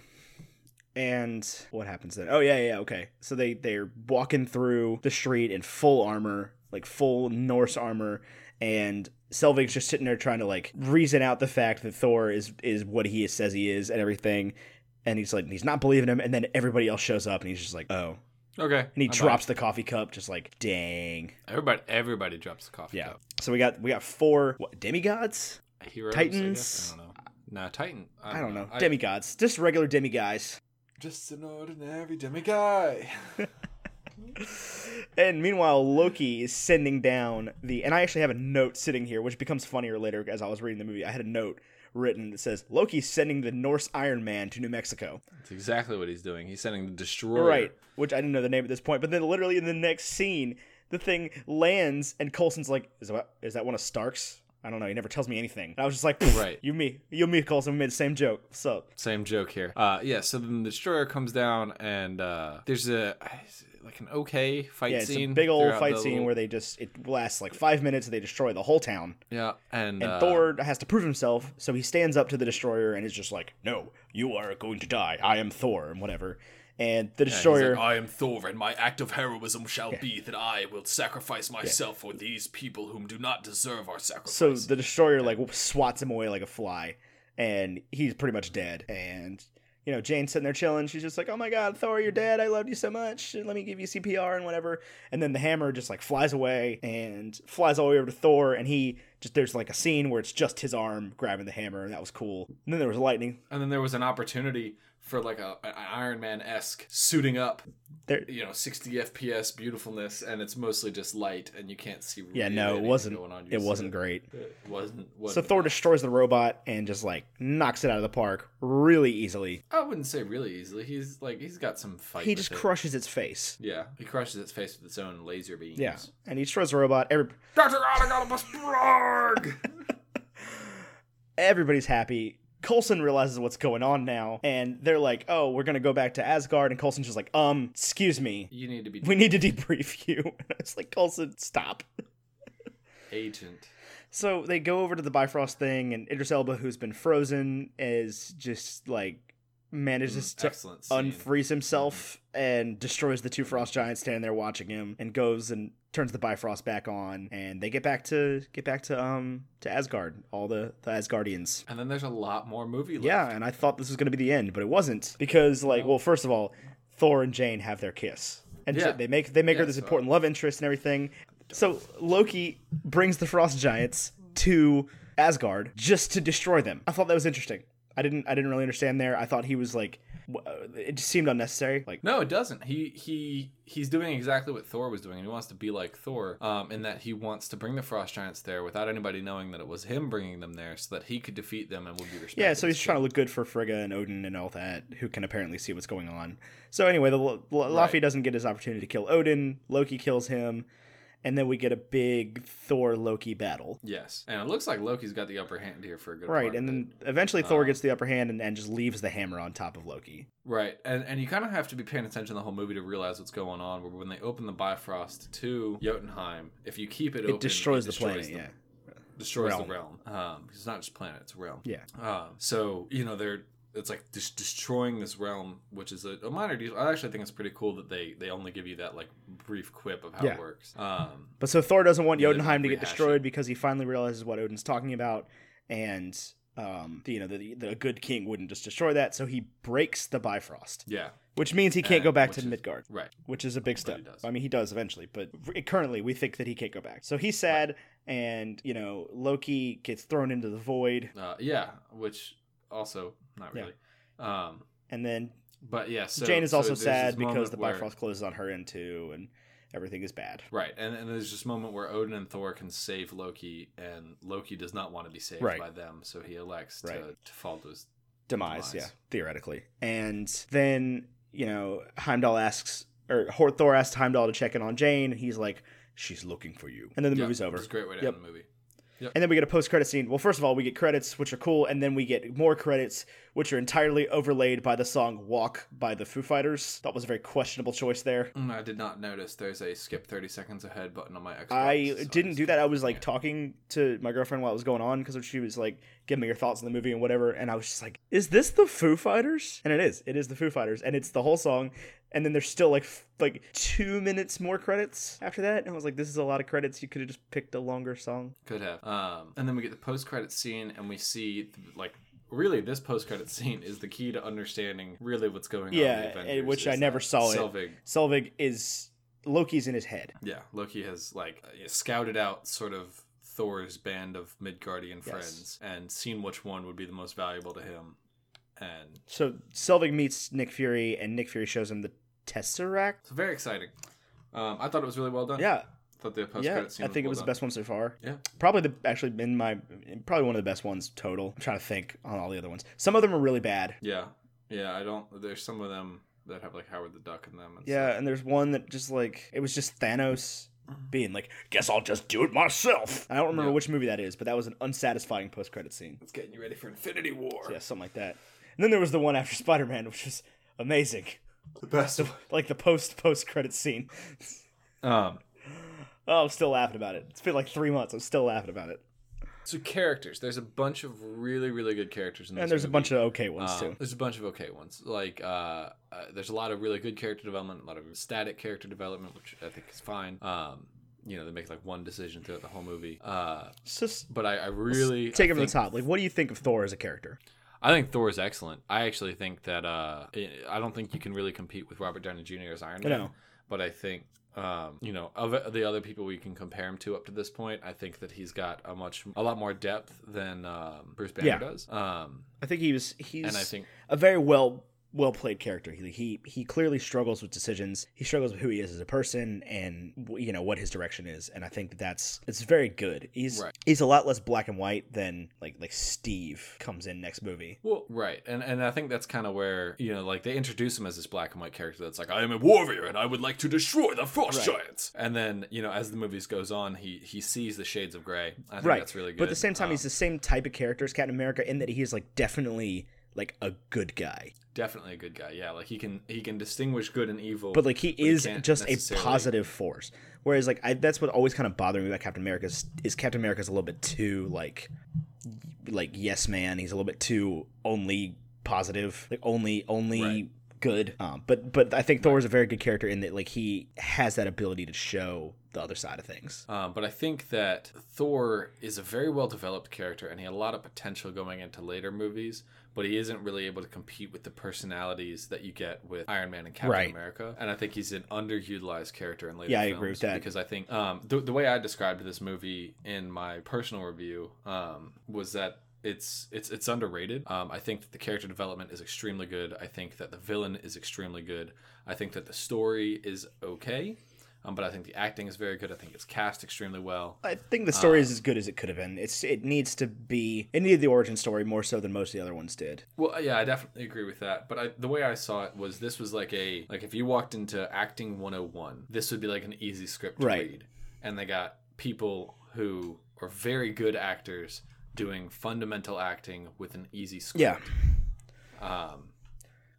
Speaker 1: and what happens then oh yeah yeah yeah, okay so they they're walking through the street in full armor like full norse armor and selvig's just sitting there trying to like reason out the fact that thor is is what he says he is and everything and he's like he's not believing him and then everybody else shows up and he's just like oh
Speaker 2: Okay.
Speaker 1: and he
Speaker 2: I'm
Speaker 1: drops the coffee cup just like dang
Speaker 2: out. Everybody, everybody drops the coffee
Speaker 1: yeah
Speaker 2: cup.
Speaker 1: so we got we got four what demigods
Speaker 2: Heroes, I, guess?
Speaker 1: Titans.
Speaker 2: I don't know. Nah, Titan. I
Speaker 1: i don't know
Speaker 2: I-
Speaker 1: demigods just regular demi guys
Speaker 2: Just an ordinary demi guy.
Speaker 1: And meanwhile, Loki is sending down the. And I actually have a note sitting here, which becomes funnier later as I was reading the movie. I had a note written that says Loki's sending the Norse Iron Man to New Mexico.
Speaker 2: That's exactly what he's doing. He's sending the destroyer.
Speaker 1: Right. Which I didn't know the name at this point. But then, literally in the next scene, the thing lands, and Colson's like, "Is that is that one of Stark's?" I don't know. He never tells me anything. And I was just like, "Pfft,
Speaker 2: Right.
Speaker 1: You me, you me, Colson we made the same joke. What's up?
Speaker 2: Same joke here. Uh, yeah. So then the destroyer comes down, and uh, there's a like an okay fight
Speaker 1: yeah, it's
Speaker 2: scene.
Speaker 1: a big old
Speaker 2: throughout
Speaker 1: fight
Speaker 2: the
Speaker 1: scene
Speaker 2: little-
Speaker 1: where they just it lasts like five minutes. They destroy the whole town,
Speaker 2: yeah, and,
Speaker 1: and
Speaker 2: uh,
Speaker 1: Thor has to prove himself. So he stands up to the destroyer and is just like, "No, you are going to die. I am Thor," and whatever. And the
Speaker 2: yeah, he's
Speaker 1: destroyer,
Speaker 2: like, I am Thor, and my act of heroism shall be that I will sacrifice myself for these people whom do not deserve our sacrifice.
Speaker 1: so the destroyer like swats him away like a fly, and he's pretty much dead. And you know, Jane's sitting there chilling. She's just like, "Oh my God, Thor, you're dead. I loved you so much. Let me give you CPR and whatever." And then the hammer just like flies away and flies all the way over to Thor, and he just there's like a scene where it's just his arm grabbing the hammer, and that was cool. And then there was lightning.
Speaker 2: and then there was an opportunity for like a an Iron Man esque suiting up,
Speaker 1: There-
Speaker 2: you know, 60 FPS beautifulness, and it's mostly just light, and you can't see.
Speaker 1: Yeah,
Speaker 2: really
Speaker 1: no, it
Speaker 2: anything
Speaker 1: wasn't.
Speaker 2: going on. You
Speaker 1: It
Speaker 2: see
Speaker 1: wasn't
Speaker 2: it.
Speaker 1: great.
Speaker 2: It wasn't.
Speaker 1: So
Speaker 2: wasn't
Speaker 1: Thor
Speaker 2: great.
Speaker 1: destroys the robot and just like knocks it out of the park really easily.
Speaker 2: I wouldn't say really easily. He's like he's got some fight.
Speaker 1: He
Speaker 2: with
Speaker 1: just
Speaker 2: it.
Speaker 1: crushes its face.
Speaker 2: Yeah, he crushes its face with its own laser beams.
Speaker 1: Yeah, and he destroys the robot. Every,
Speaker 2: Doctor Autobus Brog.
Speaker 1: everybody's happy. Coulson realizes what's going on now, and they're like, "Oh, we're gonna go back to Asgard." And Coulson's just like, "Um, excuse me,
Speaker 2: You need to be
Speaker 1: we need to debrief you." And I was like, "Coulson, stop."
Speaker 2: agent.
Speaker 1: So they go over to the Bifrost thing, and Idris Elba, who's been frozen, is just like
Speaker 2: Mm,
Speaker 1: manages to
Speaker 2: Excellent. Scene.
Speaker 1: unfreeze himself and destroys the two frost giants standing there watching him and goes and turns the bifrost back on and they get back to get back to um to Asgard all the the Asgardians
Speaker 2: and then there's a lot more movie. Left.
Speaker 1: yeah and I thought this was going to be the end but it wasn't because like well first of all Thor and Jane have their kiss and
Speaker 2: Yeah.
Speaker 1: they make they make her
Speaker 2: Yeah,
Speaker 1: this
Speaker 2: so-
Speaker 1: important love interest and everything so Loki brings the frost giants to Asgard just to destroy them I thought that was interesting I didn't I didn't really understand there I thought he was like w- it just seemed unnecessary like
Speaker 2: No, it doesn't. He he he's doing exactly what Thor was doing. He wants to be like Thor, um, in that he wants to bring the frost giants there without anybody knowing that it was him bringing them there, so that he could defeat them and would be respected.
Speaker 1: Yeah, so he's trying to look good for Frigga and Odin and all that, who can apparently see what's going on. So anyway, the L- L- Laffy
Speaker 2: Right.
Speaker 1: doesn't get his opportunity to kill Odin. Loki kills him, and then we get a big Thor Loki battle.
Speaker 2: Yes, and it looks like Loki's got the upper hand here for a good
Speaker 1: Right,
Speaker 2: part
Speaker 1: and
Speaker 2: of it.
Speaker 1: then eventually Thor
Speaker 2: Um,
Speaker 1: gets the upper hand and, and just leaves the hammer on top of Loki.
Speaker 2: Right, and and you kind of have to be paying attention the whole movie to realize what's going on. Where when they open the Bifrost to Jotunheim, if you keep it, open,
Speaker 1: It destroys the
Speaker 2: destroys
Speaker 1: planet.
Speaker 2: the-
Speaker 1: Yeah,
Speaker 2: destroys
Speaker 1: Realm.
Speaker 2: the realm. Um, it's not just planet; it's realm.
Speaker 1: Yeah.
Speaker 2: Um, so you know they're it's like just destroying this realm, which is a, a minor detail. I actually think it's pretty cool that they they only give you that like brief quip of how
Speaker 1: Yeah.
Speaker 2: it works. Um,
Speaker 1: but so Thor doesn't want
Speaker 2: Yeah, they
Speaker 1: Jotunheim to get
Speaker 2: rehash it.
Speaker 1: destroyed because he finally realizes what Odin's talking about, and um, you know, the, the a good king wouldn't just destroy that, so he breaks the Bifrost,
Speaker 2: yeah,
Speaker 1: which means he can't
Speaker 2: Uh,
Speaker 1: go back to
Speaker 2: which is-
Speaker 1: Midgard.
Speaker 2: right.
Speaker 1: which is a big
Speaker 2: But
Speaker 1: step.
Speaker 2: he does.
Speaker 1: I mean, he does eventually, but r- currently we think that he can't go back. So he's sad, and you know Loki gets thrown into the void,
Speaker 2: Uh, yeah, which also not
Speaker 1: Yeah.
Speaker 2: really. Um,
Speaker 1: and then
Speaker 2: but yeah, so
Speaker 1: Jane is
Speaker 2: so
Speaker 1: also
Speaker 2: there's
Speaker 1: sad
Speaker 2: this moment
Speaker 1: because the
Speaker 2: where-
Speaker 1: Bifrost closes on her end too, and everything is bad.
Speaker 2: Right, and, and there's this moment where Odin and Thor can save Loki, and Loki does not want to be saved
Speaker 1: Right.
Speaker 2: by them, so he elects to,
Speaker 1: Right.
Speaker 2: to fall to his
Speaker 1: Demise,
Speaker 2: Demise.
Speaker 1: yeah, theoretically. And then you know Heimdall asks, or Hor- Thor asks Heimdall to check in on Jane, and he's like, "She's looking for you." And then the
Speaker 2: Yeah,
Speaker 1: movie's over.
Speaker 2: It's a great way to
Speaker 1: Yep.
Speaker 2: end the movie.
Speaker 1: And then we get a post credit scene. Well, first of all, we get credits, which are cool, and then we get more credits, which are entirely overlaid by the song Walk by the Foo Fighters. That was a very questionable choice there.
Speaker 2: Mm, I did not notice there's a skip 30 seconds ahead button on my Xbox.
Speaker 1: I
Speaker 2: so
Speaker 1: didn't
Speaker 2: just-
Speaker 1: do that. I was like
Speaker 2: Yeah.
Speaker 1: talking to my girlfriend while it was going on because she was like, "Give me your thoughts on the movie and whatever." And I was just like, "Is this the Foo Fighters?" And it is. It is the Foo Fighters, and it's the whole song. And then there's still like f- like two minutes more credits after that. And I was like, "This is a lot of credits. You could have just picked a longer song."
Speaker 2: Could have. Um, and then we get the post credit scene, and we see, like, really, this post credit scene is the key to understanding really what's going on. in
Speaker 1: yeah,
Speaker 2: the
Speaker 1: and-
Speaker 2: Avengers,
Speaker 1: which I
Speaker 2: is
Speaker 1: never
Speaker 2: that
Speaker 1: saw it.
Speaker 2: Selvig,
Speaker 1: Selvig is Loki's in his head.
Speaker 2: yeah, Loki has, like, uh, scouted out sort of Thor's band of Midgardian friends and seen which one would be the most valuable to him. And
Speaker 1: So Selvig meets Nick Fury, and Nick Fury shows him the Tesseract.
Speaker 2: it's very exciting. Um, I thought it was really well done.
Speaker 1: Yeah,
Speaker 2: thought the post
Speaker 1: yeah.
Speaker 2: credit scene
Speaker 1: I think it
Speaker 2: well
Speaker 1: was the
Speaker 2: done.
Speaker 1: best one so far.
Speaker 2: Yeah.
Speaker 1: probably the actually in my probably one of the best ones total. I'm trying to think on all the other ones. Some of them are really bad.
Speaker 2: Yeah, yeah. I don't. There's some of them that have like Howard the Duck in them. And
Speaker 1: Yeah,
Speaker 2: stuff.
Speaker 1: and there's one that just like it was just Thanos being like, "Guess I'll just do it myself." I don't remember
Speaker 2: Uh-huh. Yeah.
Speaker 1: which movie that is, but that was an unsatisfying post-credit scene.
Speaker 2: it's getting you ready for Infinity War.
Speaker 1: Yeah, something like that. And then there was the one after Spider-Man, which was amazing.
Speaker 2: The best one.
Speaker 1: like the post post credit scene.
Speaker 2: Um,
Speaker 1: Oh, I'm still laughing about it. It's been like three months. I'm still laughing about it.
Speaker 2: so characters. There's a bunch of really, really good characters in this.
Speaker 1: And there's a
Speaker 2: movie.
Speaker 1: bunch of okay ones
Speaker 2: Uh,
Speaker 1: too.
Speaker 2: There's a bunch of okay ones. Like, uh, uh, there's a lot of really good character development, a lot of static character development, which I think is fine. Um, you know, they make like one decision throughout the whole movie. Uh,
Speaker 1: It's just
Speaker 2: but I, I really
Speaker 1: take
Speaker 2: I
Speaker 1: it from the
Speaker 2: think-
Speaker 1: top. Like, what do you think of Thor as a character?
Speaker 2: I think Thor is excellent. I actually think that uh, I- I don't think you can really compete with Robert Downey Jr. as Iron Man.
Speaker 1: No.
Speaker 2: But I think um, you know of the other people we can compare him to up to this point, I think that he's got a much a lot more depth than um, Bruce Banner
Speaker 1: Yeah.
Speaker 2: does. Um,
Speaker 1: I think he was he's
Speaker 2: and I think
Speaker 1: a very well well played character. He, he he clearly struggles with decisions. He struggles with who he is as a person and w- you know what his direction is. And I think that that's it's very good. He's
Speaker 2: Right.
Speaker 1: he's a lot less black and white than like like Steve comes in next movie.
Speaker 2: Well, right, and and I think that's kind of where you know, like they introduce him as this black and white character that's like, I am a warrior and I would like to destroy the frost
Speaker 1: Right.
Speaker 2: giants. And then you know, as the movies goes on, he he sees the shades of gray. I think
Speaker 1: right.
Speaker 2: that's really good.
Speaker 1: But at the same time,
Speaker 2: Um,
Speaker 1: he's the same type of character as Captain America in that he is like definitely like a good guy.
Speaker 2: definitely a good guy. Yeah, like he can he can distinguish good and evil.
Speaker 1: but like he
Speaker 2: he
Speaker 1: is
Speaker 2: can't
Speaker 1: just a
Speaker 2: necessarily-
Speaker 1: positive force. Whereas like I, that's what always kind of bothered me about Captain America is, is Captain America's a little bit too like like yes man. He's a little bit too only positive, like only only
Speaker 2: Right.
Speaker 1: good. Um, but but I think Thor is a very good character in that like he has that ability to show the other side of things.
Speaker 2: Um, but I think that Thor is a very well developed character, and he had a lot of potential going into later movies. But he isn't really able to compete with the personalities that you get with Iron Man and Captain
Speaker 1: Right.
Speaker 2: America. And I think he's an underutilized character in later.
Speaker 1: Yeah, I
Speaker 2: films
Speaker 1: agree with that.
Speaker 2: because I think um, the the way I described this movie in my personal review um, was that. It's it's it's underrated. Um, I think that the character development is extremely good. I think that the villain is extremely good. I think that the story is okay, um, but I think the acting is very good. I think it's cast extremely well.
Speaker 1: I think the story
Speaker 2: Um,
Speaker 1: is as good as it could have been. It's it needs to be it needed the origin story more so than most of the other ones did.
Speaker 2: Well, yeah, I definitely agree with that. But I, the way I saw it was this was like a like if you walked into acting 101, this would be like an easy script to
Speaker 1: Right.
Speaker 2: read. And they got people who are very good actors doing fundamental acting with an easy script.
Speaker 1: Yeah,
Speaker 2: Um,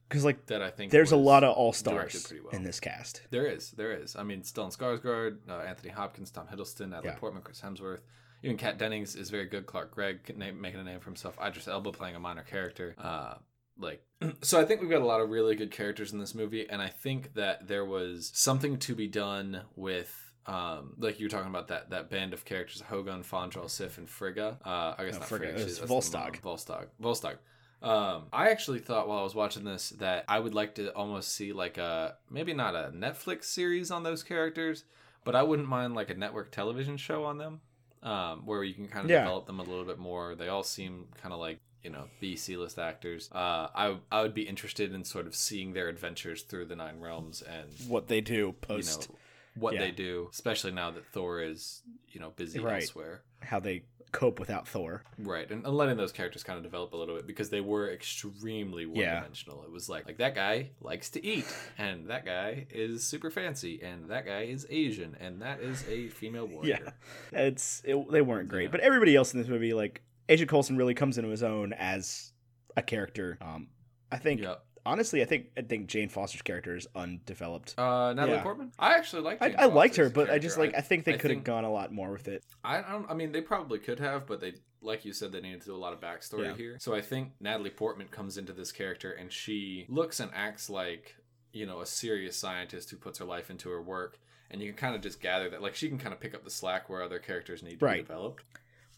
Speaker 1: because like
Speaker 2: that I think
Speaker 1: there's a
Speaker 2: was-
Speaker 1: lot of all
Speaker 2: directed
Speaker 1: stars
Speaker 2: pretty well.
Speaker 1: in this cast.
Speaker 2: There is, there is. I mean, Stellan Skarsgård, uh, Anthony Hopkins, Tom Hiddleston, Natalie
Speaker 1: Yeah.
Speaker 2: Portman, Chris Hemsworth, even Kat Dennings is very good. Clark Gregg can name, making a name for himself. Idris Elba playing a minor character. Uh, like, so I think we've got a lot of really good characters in this movie, and I think that there was something to be done with. Um, like you were talking about that that band of characters, Hogan, Fondral, Sif, and Frigga. Uh, I guess
Speaker 1: No,
Speaker 2: not
Speaker 1: Frigga,
Speaker 2: Frigga.
Speaker 1: it
Speaker 2: actually,
Speaker 1: was
Speaker 2: that's the
Speaker 1: Volstagg.
Speaker 2: mom. Volstagg. Volstagg. Um, I actually thought while I was watching this that I would like to almost see like a maybe not a Netflix series on those characters, but I wouldn't mind like a network television show on them, um, where you can kind of
Speaker 1: Yeah.
Speaker 2: develop them a little bit more. They all seem kind of like you know B C list actors. Uh, I I would be interested in sort of seeing their adventures through the nine realms and
Speaker 1: What they do
Speaker 2: you
Speaker 1: post
Speaker 2: know what
Speaker 1: Yeah.
Speaker 2: they do, especially now that Thor is you know busy
Speaker 1: Right.
Speaker 2: elsewhere.
Speaker 1: how they cope without Thor.
Speaker 2: Right, and, and letting those characters kind of develop a little bit because they were extremely one
Speaker 1: Yeah.
Speaker 2: dimensional. It was like like that guy likes to eat, and that guy is super fancy, and that guy is Asian, and that is a female warrior.
Speaker 1: It's it, they weren't great,
Speaker 2: Yeah.
Speaker 1: but everybody else in this movie, like Agent Coulson, really comes into his own as a character. Um, I think
Speaker 2: Yeah.
Speaker 1: honestly, I think I think Jane Foster's character is undeveloped.
Speaker 2: Uh, Natalie
Speaker 1: Yeah.
Speaker 2: Portman. I actually liked.
Speaker 1: I,
Speaker 2: Uh, Jane
Speaker 1: I liked her,
Speaker 2: Foster's
Speaker 1: but I just like
Speaker 2: character.
Speaker 1: I, think they
Speaker 2: I
Speaker 1: could have
Speaker 2: think-
Speaker 1: gone a lot more with it.
Speaker 2: I, I don't. I mean, they probably could have, but they, like you said, they needed to do a lot of backstory
Speaker 1: Yeah.
Speaker 2: here. So I think Natalie Portman comes into this character, and she looks and acts like you know a serious scientist who puts her life into her work. And you can kind of just gather that, like she can kind of pick up the slack where other characters need to be
Speaker 1: Right.
Speaker 2: developed.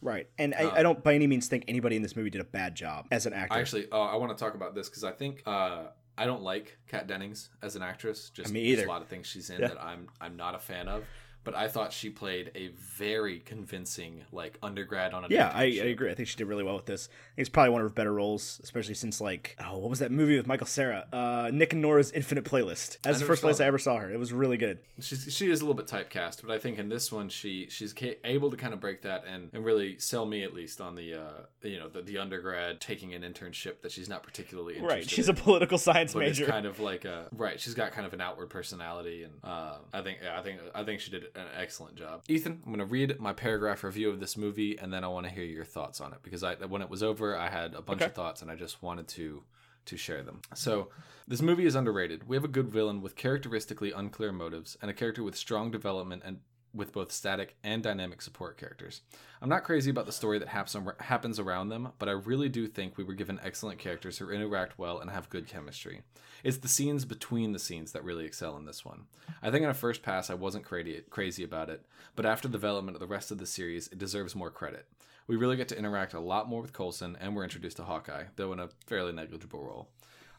Speaker 1: Right, and
Speaker 2: Um,
Speaker 1: I, I don't by any means think anybody in this movie did a bad job as an actor.
Speaker 2: I actually, uh, I want to talk about this because I think uh, I don't like Kat Dennings as an actress. Just
Speaker 1: Me
Speaker 2: there's
Speaker 1: either.
Speaker 2: a lot of things she's in
Speaker 1: Yeah.
Speaker 2: that I'm I'm not a fan of. But I thought she played a very convincing like undergrad on a
Speaker 1: yeah, I, I
Speaker 2: internship.
Speaker 1: agree. I think she did really well with this. I think it's probably one of her better roles, especially since like oh, what was that movie with Michael Sarah? Uh, Nick and Nora's Infinite Playlist. That's the
Speaker 2: never
Speaker 1: first
Speaker 2: saw
Speaker 1: place I
Speaker 2: that.
Speaker 1: ever saw her. It was really good.
Speaker 2: she's she is a little bit typecast, but I think in this one she she's ca- able to kind of break that and, and really sell me at least on the uh you know the, the undergrad taking an internship that she's not particularly interested
Speaker 1: Right, she's
Speaker 2: in,
Speaker 1: a political science
Speaker 2: but
Speaker 1: major.
Speaker 2: it's kind of like a right. She's got kind of an outward personality, and uh, I think yeah, I think I think she did an excellent job. Ethan, I'm gonna read my paragraph review of this movie, and then I want to hear your thoughts on it because I when it was over, I had a bunch
Speaker 1: Okay.
Speaker 2: of thoughts, and I just wanted to to share them. So, this movie is underrated. We have a good villain with characteristically unclear motives and a character with strong development and with both static and dynamic support characters. I'm not crazy about the story that haps- um, happens around them, but I really do think we were given excellent characters who interact well and have good chemistry. It's the scenes between the scenes that really excel in this one. I think on a first pass, I wasn't crazy, crazy about it, but after the development of the rest of the series, it deserves more credit. We really get to interact a lot more with Coulson, and we're introduced to Hawkeye, though in a fairly negligible role.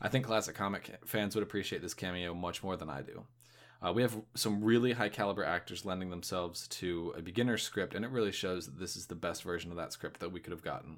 Speaker 2: I think classic comic fans would appreciate this cameo much more than I do. Uh, we have some really high caliber actors lending themselves to a beginner script, and it really shows that this is the best version of that script that we could have gotten.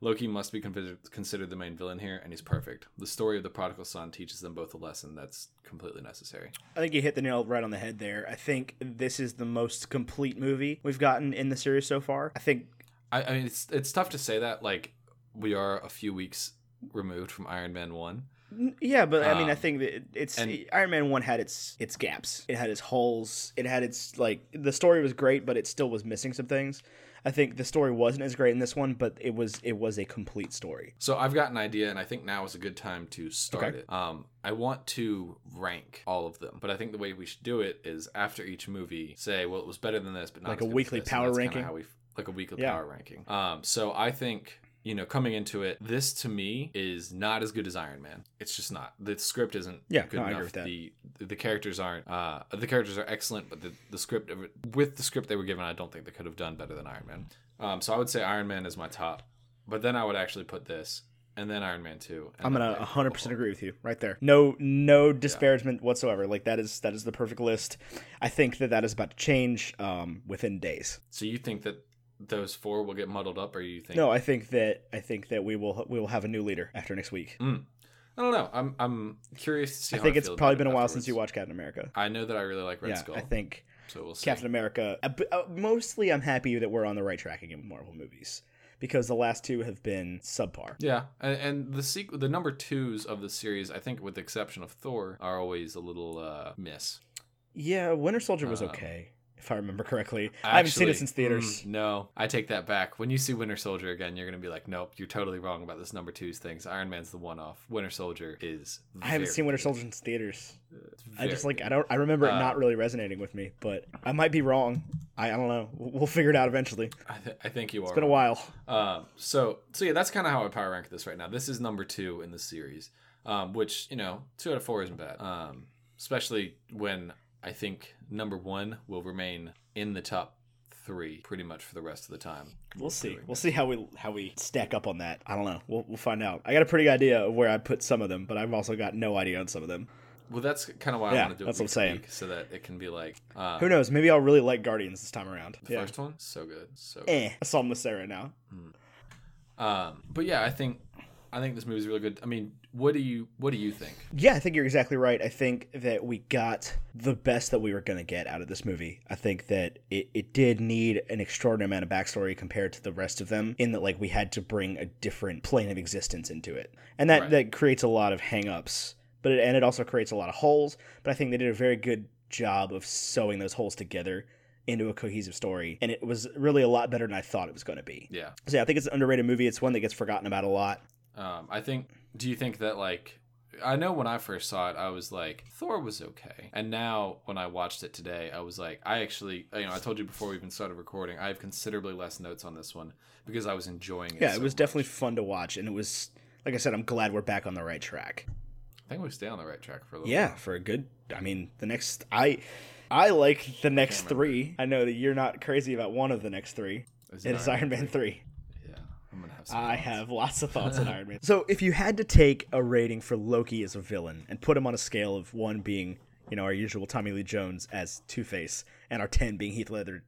Speaker 2: Loki must be convi- considered the main villain here, and he's perfect. The story of the prodigal son teaches them both a lesson that's completely necessary.
Speaker 1: I think you hit the nail right on the head there. I think this is the most complete movie we've gotten in the series so far. I think
Speaker 2: I, I mean, it's it's tough to say that like we are a few weeks removed from Iron Man one.
Speaker 1: N- Yeah, but I mean, I
Speaker 2: Um,
Speaker 1: think that it- it's
Speaker 2: and-
Speaker 1: Iron Man One had its its gaps, it had its holes, it had its like the story was great, but it still was missing some things. I think the story wasn't as great in this one, but it was it was a complete story.
Speaker 2: So I've got an idea, and I think now is a good time to start
Speaker 1: Okay.
Speaker 2: it. Um, I want to rank all of them, but I think the way we should do it is after each movie, say, well, it was better than this, but not
Speaker 1: Like
Speaker 2: as
Speaker 1: a
Speaker 2: good as
Speaker 1: weekly
Speaker 2: this, and
Speaker 1: power
Speaker 2: that's kinda
Speaker 1: ranking?
Speaker 2: How we like a weekly
Speaker 1: Yeah.
Speaker 2: power ranking. Um, so I think you know coming into it, this to me is not as good as Iron Man. It's just not. The script isn't
Speaker 1: Yeah,
Speaker 2: good
Speaker 1: no, I
Speaker 2: enough.
Speaker 1: agree with that.
Speaker 2: The the characters aren't. Uh, the characters are excellent, but the the script of it- with the script they were given, I don't think they could have done better than Iron Man. Um, so I would say Iron Man is my top, but then I would actually put this and then Iron Man two. and
Speaker 1: I'm
Speaker 2: then
Speaker 1: gonna
Speaker 2: Black
Speaker 1: 100
Speaker 2: Bolt.
Speaker 1: percent agree with you right there. No, no disparagement whatsoever. Like that is that is the perfect list. I think that that is about to change um, within days.
Speaker 2: So you think that those four will get muddled up, or you think?
Speaker 1: No, I think that I think that we will we will have a new leader after next week.
Speaker 2: I don't know. I'm I'm curious to see.
Speaker 1: I
Speaker 2: how
Speaker 1: think
Speaker 2: I
Speaker 1: it's
Speaker 2: feel
Speaker 1: probably
Speaker 2: about
Speaker 1: been
Speaker 2: it
Speaker 1: a while
Speaker 2: afterwards.
Speaker 1: since you watched Captain America.
Speaker 2: I know that I really like Red
Speaker 1: yeah,
Speaker 2: Skull.
Speaker 1: I think
Speaker 2: so. We'll see.
Speaker 1: Captain America. uh, but, uh, Mostly, I'm happy that we're on the right track again with Marvel movies because the last two have been subpar.
Speaker 2: Yeah, and, and the sequ- the number twos of the series, I think, with the exception of Thor, are always a little uh, miss.
Speaker 1: Yeah, Winter Soldier was
Speaker 2: Um,
Speaker 1: okay, if I remember correctly. I haven't seen it
Speaker 2: Actually,
Speaker 1: since theaters.
Speaker 2: mm, no, I take that back. When you see Winter Soldier again, you're gonna be like, nope, you're totally wrong about this number twos things. Iron Man's the one off. Winter Soldier is.
Speaker 1: I haven't
Speaker 2: very
Speaker 1: seen Winter
Speaker 2: good.
Speaker 1: Soldier since theaters.
Speaker 2: It's
Speaker 1: I
Speaker 2: very
Speaker 1: just like
Speaker 2: good.
Speaker 1: I don't. I remember it
Speaker 2: Uh,
Speaker 1: not really resonating with me, but I might be wrong. I, I don't know. We'll we'll figure it out eventually.
Speaker 2: I, th- I think you are.
Speaker 1: It's been a
Speaker 2: right.
Speaker 1: while.
Speaker 2: Um, so so yeah, that's kind of how I power rank this right now. This is number two in the series, um, which you know two out of four isn't bad, um, especially when I think number one will remain in the top three pretty much for the rest of the time.
Speaker 1: We'll see.
Speaker 2: doing
Speaker 1: We'll
Speaker 2: it.
Speaker 1: see how we how we stack up on that. I don't know. We'll we'll find out. I got a pretty idea of where I put some of them, but I've also got no idea on some of them.
Speaker 2: Well, that's kind of why I
Speaker 1: Yeah,
Speaker 2: want to do it
Speaker 1: that's what I'm
Speaker 2: week
Speaker 1: saying.
Speaker 2: to week, so that it can be like uh,
Speaker 1: Who knows? Maybe I'll really like Guardians this time around.
Speaker 2: the
Speaker 1: Yeah.
Speaker 2: first one so good so good.
Speaker 1: Eh. I saw him with Sarah now.
Speaker 2: Um, but yeah, I think I think this movie's really good. I mean, what do you what do you think?
Speaker 1: Yeah, I think you're exactly right. I think that we got the best that we were going to get out of this movie. I think that it, it did need an extraordinary amount of backstory compared to the rest of them, in that, like, we had to bring a different plane of existence into it. And that,
Speaker 2: Right.
Speaker 1: that creates a lot of hang ups, but it, and it also creates a lot of holes. But I think they did a very good job of sewing those holes together into a cohesive story. And it was really a lot better than I thought it was going to be.
Speaker 2: Yeah,
Speaker 1: So, yeah, I think it's an underrated movie. It's one that gets forgotten about a lot.
Speaker 2: Um, I think. Do you think that like? I know when I first saw it, I was like, Thor was okay. And now when I watched it today, I was like, I actually, you know, I told you before we even started recording, I have considerably less notes on this one because I was enjoying it.
Speaker 1: Yeah,
Speaker 2: so
Speaker 1: it was
Speaker 2: much.
Speaker 1: definitely fun to watch, and it was like I said, I'm glad we're back on the right track.
Speaker 2: I think we stay on the right track for a little.
Speaker 1: Yeah, for a good. I mean, the next I, I like the next
Speaker 2: Can't remember.
Speaker 1: three. I know that you're not crazy about one of the next three.
Speaker 2: bit. Is
Speaker 1: It is Iron Man three.
Speaker 2: Yeah, I'm gonna have. Some
Speaker 1: I
Speaker 2: thoughts.
Speaker 1: have lots of thoughts on Iron Man. So if you had to take a rating for Loki as a villain and put him on a scale of one being, you know, our usual Tommy Lee Jones as Two Face, and our ten being Heath Ledger,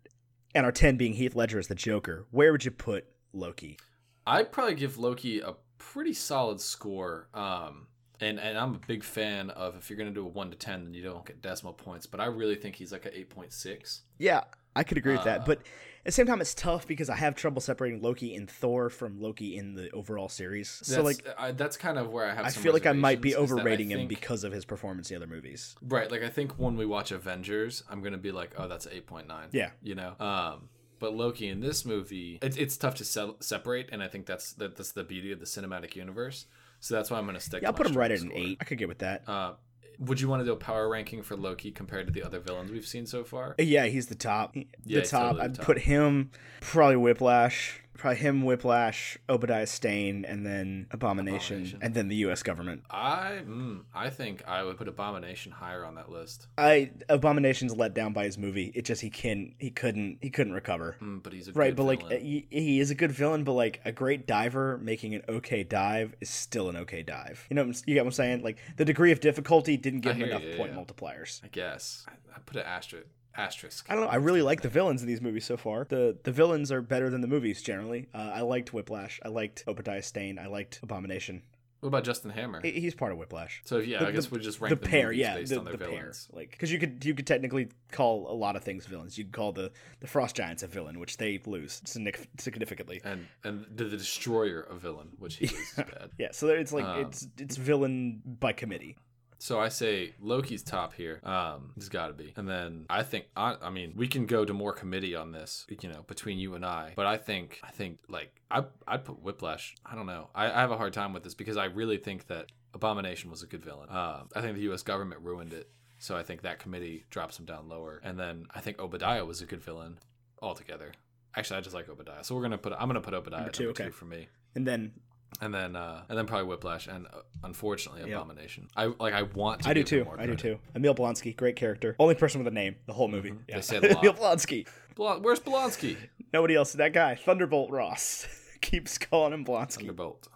Speaker 1: and our ten being Heath Ledger as the Joker, where would you put Loki?
Speaker 2: I'd probably give Loki a pretty solid score. Um, and, and I'm a big fan of if you're gonna do a one to ten, then you don't get decimal points. But I really think he's like a eight point six.
Speaker 1: Yeah, I could agree with
Speaker 2: Uh,
Speaker 1: that, but at the same time, it's tough because I have trouble separating Loki and Thor from Loki in the overall series. So
Speaker 2: That's-
Speaker 1: like,
Speaker 2: I, that's kind of where I have.
Speaker 1: I
Speaker 2: some
Speaker 1: feel like I might be
Speaker 2: reservations, is that I
Speaker 1: overrating him
Speaker 2: think-
Speaker 1: because of his performance in the other movies.
Speaker 2: right. Like I think when we watch Avengers, I'm gonna be like, oh, that's an eight point nine.
Speaker 1: Yeah.
Speaker 2: you know. Um, but Loki in this movie, it, it's tough to se- separate, and I think that's that, that's the beauty of the cinematic universe. So that's why I'm going to stick.
Speaker 1: Yeah, I'll
Speaker 2: to
Speaker 1: put
Speaker 2: my
Speaker 1: him right at
Speaker 2: strong
Speaker 1: an
Speaker 2: score.
Speaker 1: eight. I could get with that.
Speaker 2: Uh, would you want to do a power ranking for Loki compared to the other villains we've seen so far?
Speaker 1: Yeah, he's the top. The
Speaker 2: Yeah, he's
Speaker 1: top.
Speaker 2: totally the
Speaker 1: I'd
Speaker 2: top.
Speaker 1: put him probably Whiplash, probably him Whiplash, Obadiah Stane, and then Abomination,
Speaker 2: Abomination.
Speaker 1: and then the U.S. government.
Speaker 2: I mm, I think I would put Abomination higher on that list.
Speaker 1: I Abomination's let down by his movie. It just he can he couldn't he couldn't recover.
Speaker 2: Mm, but he's a
Speaker 1: Right,
Speaker 2: good
Speaker 1: but like
Speaker 2: villain.
Speaker 1: he, he is a good villain, but like a great diver making an okay dive is still an okay dive. You know, what I'm- you get what I'm saying? Like the degree of difficulty didn't
Speaker 2: I
Speaker 1: give him
Speaker 2: hear
Speaker 1: enough
Speaker 2: you,
Speaker 1: point
Speaker 2: yeah.
Speaker 1: multipliers.
Speaker 2: I guess I, I put an asterisk. Asterisk.
Speaker 1: I don't know. I really like the villains in these movies so far. The the villains are better than the movies generally. Uh, I liked Whiplash. I liked Obadiah Stane. I liked Abomination.
Speaker 2: What about Justin Hammer?
Speaker 1: He- He's part of Whiplash.
Speaker 2: so yeah, I
Speaker 1: the-
Speaker 2: guess we just rank
Speaker 1: the pair,
Speaker 2: movies
Speaker 1: yeah,
Speaker 2: based
Speaker 1: the,
Speaker 2: on their
Speaker 1: the pair,
Speaker 2: villains.
Speaker 1: like because you could you could technically call a lot of things villains. You could call the the Frost Giants a villain, which they lose signific- significantly.
Speaker 2: And and the, the Destroyer a villain, which he is bad.
Speaker 1: Yeah, so there- it's like
Speaker 2: Um,
Speaker 1: it's it's villain by committee.
Speaker 2: So I say Loki's top here. Um, he's got to be. And then I think I, I mean we can go to more committee on this, you know, between you and I. But I think I think like I I'd put Whiplash. I don't know. I, I have a hard time with this because I really think that Abomination was a good villain. Uh, I think the U.S. government ruined it. So I think that committee drops him down lower. And then I think Obadiah was a good villain altogether. Actually, I just like Obadiah. So we're gonna put I'm gonna put Obadiah
Speaker 1: Number
Speaker 2: at
Speaker 1: two,
Speaker 2: number
Speaker 1: okay.
Speaker 2: two for me
Speaker 1: And then
Speaker 2: and then uh and then probably Whiplash and uh, unfortunately
Speaker 1: Yeah.
Speaker 2: Abomination. I like I want to
Speaker 1: I do
Speaker 2: give him
Speaker 1: too.
Speaker 2: more
Speaker 1: I do
Speaker 2: credit.
Speaker 1: too. Emil Blonsky, great character, only person with a name the whole movie. Yeah.
Speaker 2: They said a lot.
Speaker 1: Emil Blonsky.
Speaker 2: Blo- where's Blonsky?
Speaker 1: Nobody else. That guy, Thunderbolt Ross, keeps calling him Blonsky.
Speaker 2: Thunderbolt.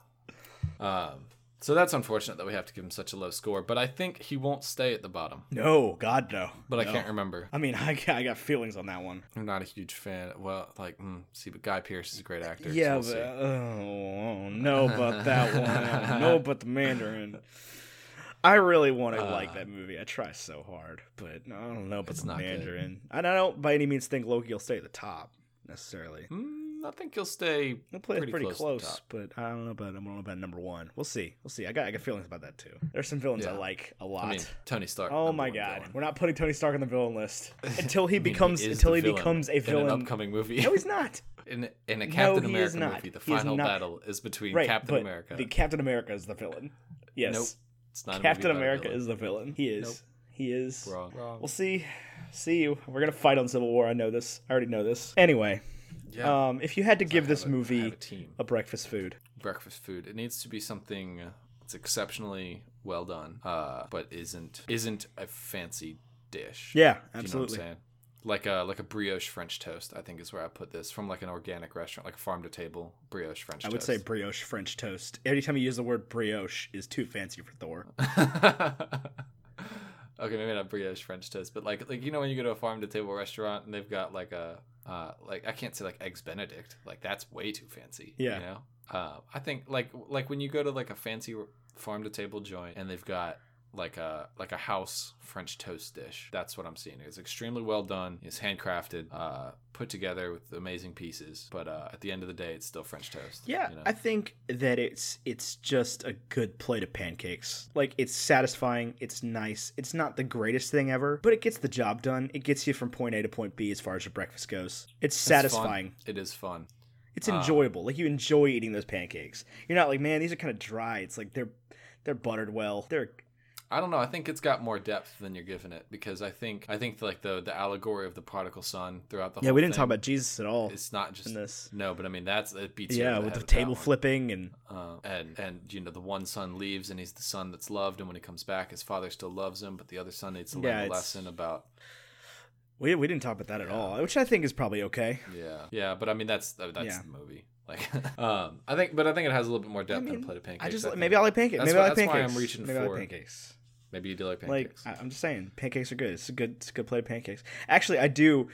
Speaker 2: Um so that's unfortunate that we have to give him such a low score, but I think he won't stay at the bottom.
Speaker 1: No, God no.
Speaker 2: But I
Speaker 1: No.
Speaker 2: can't remember.
Speaker 1: I mean, I got, I got feelings on that one.
Speaker 2: I'm not a huge fan. Well, like mm, see, but Guy Pierce is a great actor. so
Speaker 1: yeah,
Speaker 2: we'll
Speaker 1: but uh,
Speaker 2: see.
Speaker 1: oh, no about that one. I don't know about the Mandarin. I really want to like that movie. I try so hard, but I don't know about
Speaker 2: Uh, It's
Speaker 1: the
Speaker 2: not good.
Speaker 1: Mandarin. And I don't by any means think Loki will stay at the top necessarily.
Speaker 2: Mm, I think he'll stay.
Speaker 1: He'll play
Speaker 2: Pretty
Speaker 1: pretty,
Speaker 2: close to
Speaker 1: close,
Speaker 2: top.
Speaker 1: but I don't know about I don't know about number one. We'll see. We'll see. I got I got feelings about that too. There's some villains I
Speaker 2: Yeah.
Speaker 1: like a
Speaker 2: I
Speaker 1: lot.
Speaker 2: mean, Tony Stark.
Speaker 1: Oh
Speaker 2: number
Speaker 1: my
Speaker 2: one
Speaker 1: god,
Speaker 2: villain.
Speaker 1: we're not putting Tony Stark on the villain list until he
Speaker 2: I mean,
Speaker 1: becomes
Speaker 2: is
Speaker 1: until
Speaker 2: the
Speaker 1: he
Speaker 2: villain
Speaker 1: becomes a
Speaker 2: in an
Speaker 1: villain.
Speaker 2: upcoming movie.
Speaker 1: No, he's not.
Speaker 2: in, in a Captain
Speaker 1: he is
Speaker 2: America
Speaker 1: not.
Speaker 2: movie, the
Speaker 1: He is
Speaker 2: final
Speaker 1: not.
Speaker 2: battle is between
Speaker 1: Right,
Speaker 2: Captain
Speaker 1: but
Speaker 2: America.
Speaker 1: The Captain America is the villain. Yes,
Speaker 2: Nope. It's not a movie
Speaker 1: Captain
Speaker 2: about a
Speaker 1: America
Speaker 2: villain.
Speaker 1: is the villain. He is.
Speaker 2: Nope.
Speaker 1: He is.
Speaker 2: Wrong.
Speaker 1: We'll see. See you. We're gonna fight on Civil War. I know this. I already know this. Anyway,
Speaker 2: Yeah.
Speaker 1: um, if you had to give this
Speaker 2: I have a- I have
Speaker 1: movie
Speaker 2: a
Speaker 1: a,
Speaker 2: team.
Speaker 1: breakfast food,
Speaker 2: Breakfast food. It needs to be something that's exceptionally well done, uh, but isn't isn't a fancy dish.
Speaker 1: yeah,
Speaker 2: Do
Speaker 1: absolutely.
Speaker 2: You know what I'm saying? Like a like a brioche French toast, I think is where I put this from like an organic restaurant, like a farm to table brioche French.
Speaker 1: I would say brioche French toast. Every time you use the word brioche, is too fancy for Thor.
Speaker 2: okay, maybe not brioche French toast, but like like you know when you go to a farm to table restaurant and they've got like a uh, like I can't say like eggs Benedict, like that's way too fancy.
Speaker 1: Yeah.
Speaker 2: you know. Uh, I think like like when you go to like a fancy farm to table joint and they've got like a like a house French toast dish. That's what I'm seeing. It's extremely well done. It's handcrafted, uh, put together with amazing pieces. But uh, at the end of the day, it's still French toast.
Speaker 1: Yeah,
Speaker 2: you know?
Speaker 1: I think that it's it's just a good plate of pancakes. Like it's satisfying, it's nice. It's not the greatest thing ever, but it gets the job done. It gets you from point A to point B as far as your breakfast goes. It's
Speaker 2: It's fun. Ah.
Speaker 1: satisfying.
Speaker 2: It is fun.
Speaker 1: It's, enjoyable. Like you enjoy eating those pancakes. You're not like, man, these are kind of dry. It's like they're they're buttered well. They're
Speaker 2: I don't know. I think it's got more depth than you're giving it because I think I think like the the allegory of the prodigal son throughout the
Speaker 1: Yeah,
Speaker 2: whole
Speaker 1: we didn't
Speaker 2: thing,
Speaker 1: talk about Jesus at all
Speaker 2: it's not just
Speaker 1: in this.
Speaker 2: no, but I mean that's it beats you
Speaker 1: Yeah,
Speaker 2: over
Speaker 1: with the
Speaker 2: head that
Speaker 1: table
Speaker 2: one.
Speaker 1: flipping and
Speaker 2: Uh, and and you know the one son leaves and he's the son that's loved and when he comes back his father still loves him but the other son needs to
Speaker 1: Yeah,
Speaker 2: learn a
Speaker 1: it's-
Speaker 2: lesson about
Speaker 1: we, we didn't talk about that at all, which I think is probably okay.
Speaker 2: yeah yeah but I mean that's uh, that's
Speaker 1: Yeah.
Speaker 2: the movie like um I think but I think it has a little bit more depth than
Speaker 1: mean,
Speaker 2: a plate of pancakes.
Speaker 1: I just
Speaker 2: think.
Speaker 1: maybe I like pancakes.
Speaker 2: That's
Speaker 1: Maybe
Speaker 2: why-
Speaker 1: I like
Speaker 2: that's why I'm
Speaker 1: pancakes.
Speaker 2: reaching
Speaker 1: maybe I
Speaker 2: for
Speaker 1: like pancakes.
Speaker 2: maybe you do like
Speaker 1: like
Speaker 2: pancakes.
Speaker 1: I, I'm just saying, pancakes are good. It's a good, it's a good plate of pancakes. Actually, I do,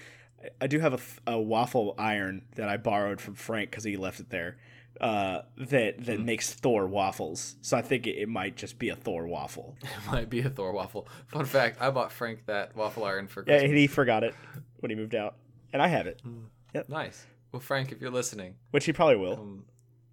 Speaker 1: I do have a, th- a waffle iron that I borrowed from Frank because he left it there. Uh, that that makes Thor waffles. So I think it, it might just be a Thor waffle.
Speaker 2: it might be a Thor waffle. Fun fact: I bought Frank that waffle iron for
Speaker 1: Yeah,
Speaker 2: Christmas.
Speaker 1: and he forgot it when he moved out, and I have it,
Speaker 2: Nice. Well, Frank, if you're listening,
Speaker 1: which he probably will.
Speaker 2: um,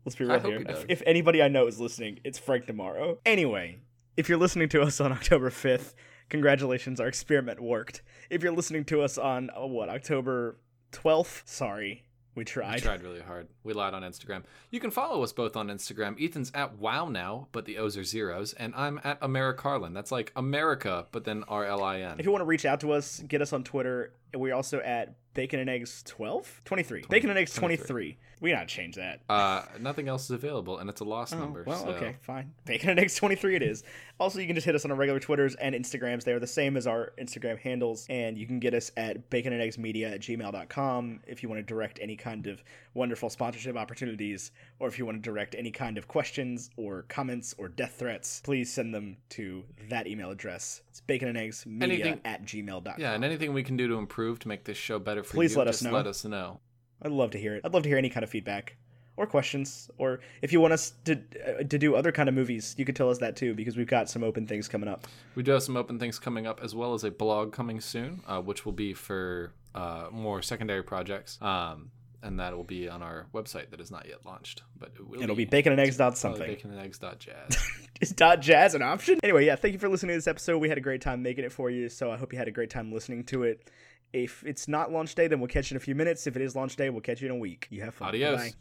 Speaker 1: Let's be
Speaker 2: I
Speaker 1: real
Speaker 2: hope
Speaker 1: here.
Speaker 2: he does.
Speaker 1: If, if anybody I know is listening, it's Frank tomorrow. Anyway, if you're listening to us on October 5th, congratulations, our experiment worked. If you're listening to us on, uh, what, October 12th? Sorry. We tried.
Speaker 2: We tried really hard. We lied on Instagram. You can follow us both on Instagram. Ethan's at Wow Now, but the O's are zeros, and I'm at AmeriCarlin. That's like America, but then R L I N.
Speaker 1: If you want to reach out to us, get us on Twitter. We're also at Bacon and Eggs 12? 23. Bacon and Eggs 23.
Speaker 2: 23.
Speaker 1: We gotta change that.
Speaker 2: Uh, nothing else is available, and it's a lost
Speaker 1: Oh,
Speaker 2: number.
Speaker 1: well,
Speaker 2: so.
Speaker 1: okay, fine. Bacon and Eggs 23 it is. Also, you can just hit us on our regular Twitters and Instagrams. They are the same as our Instagram handles, and you can get us at bacon and eggs media at gmail.com if you want to direct any kind of wonderful sponsorship opportunities, or if you want to direct any kind of questions or comments or death threats, please send them to that email address. It's bacon and eggs media
Speaker 2: Anything-
Speaker 1: at gmail.com.
Speaker 2: Yeah, and anything we can do to improve to make this show better for
Speaker 1: Please
Speaker 2: you,
Speaker 1: let us
Speaker 2: just
Speaker 1: know.
Speaker 2: let us know.
Speaker 1: I'd love to hear it. I'd love to hear any kind of feedback or questions, or if you want us to uh, to do other kind of movies, you could tell us that too because we've got some open things coming up.
Speaker 2: We do have some open things coming up, as well as a blog coming soon, uh, which will be for uh, more secondary projects. Um, and that will be on our website that is not yet launched, but it will
Speaker 1: It'll be bacon and eggs dot
Speaker 2: probably
Speaker 1: something.
Speaker 2: Oh, bacon and eggs dot jazz.
Speaker 1: Is dot jazz an option? Anyway, yeah. Thank you for listening to this episode. We had a great time making it for you, so I hope you had a great time listening to it. If it's not launch day, then we'll catch you in a few minutes. If it is launch day, we'll catch you in a week. You have fun.
Speaker 2: Adios.
Speaker 1: Bye.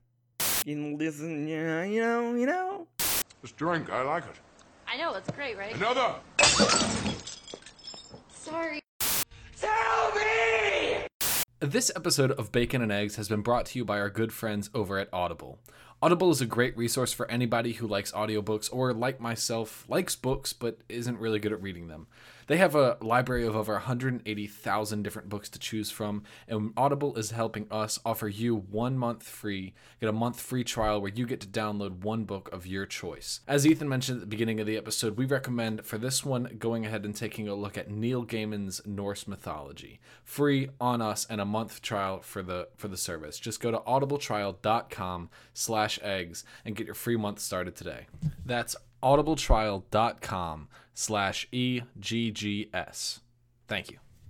Speaker 1: You can listen, you know, you know, you know.
Speaker 3: This drink, I like it.
Speaker 4: I know, it's great, right?
Speaker 3: Another!
Speaker 4: Sorry.
Speaker 2: This episode of Bacon and Eggs has been brought to you by our good friends over at Audible. Audible is a great resource for anybody who likes audiobooks or, like myself, likes books but isn't really good at reading them. They have a library of over 180,000 different books to choose from, and Audible is helping us offer you one month free. Get a month free trial where you get to download one book of your choice. As Ethan mentioned at the beginning of the episode, we recommend for this one going ahead and taking a look at Neil Gaiman's Norse mythology. Free on us and a month trial for the for the service. Just go to audibletrial.com slash eggs and get your free month started today. That's audibletrial.com slash E G G S. Thank you.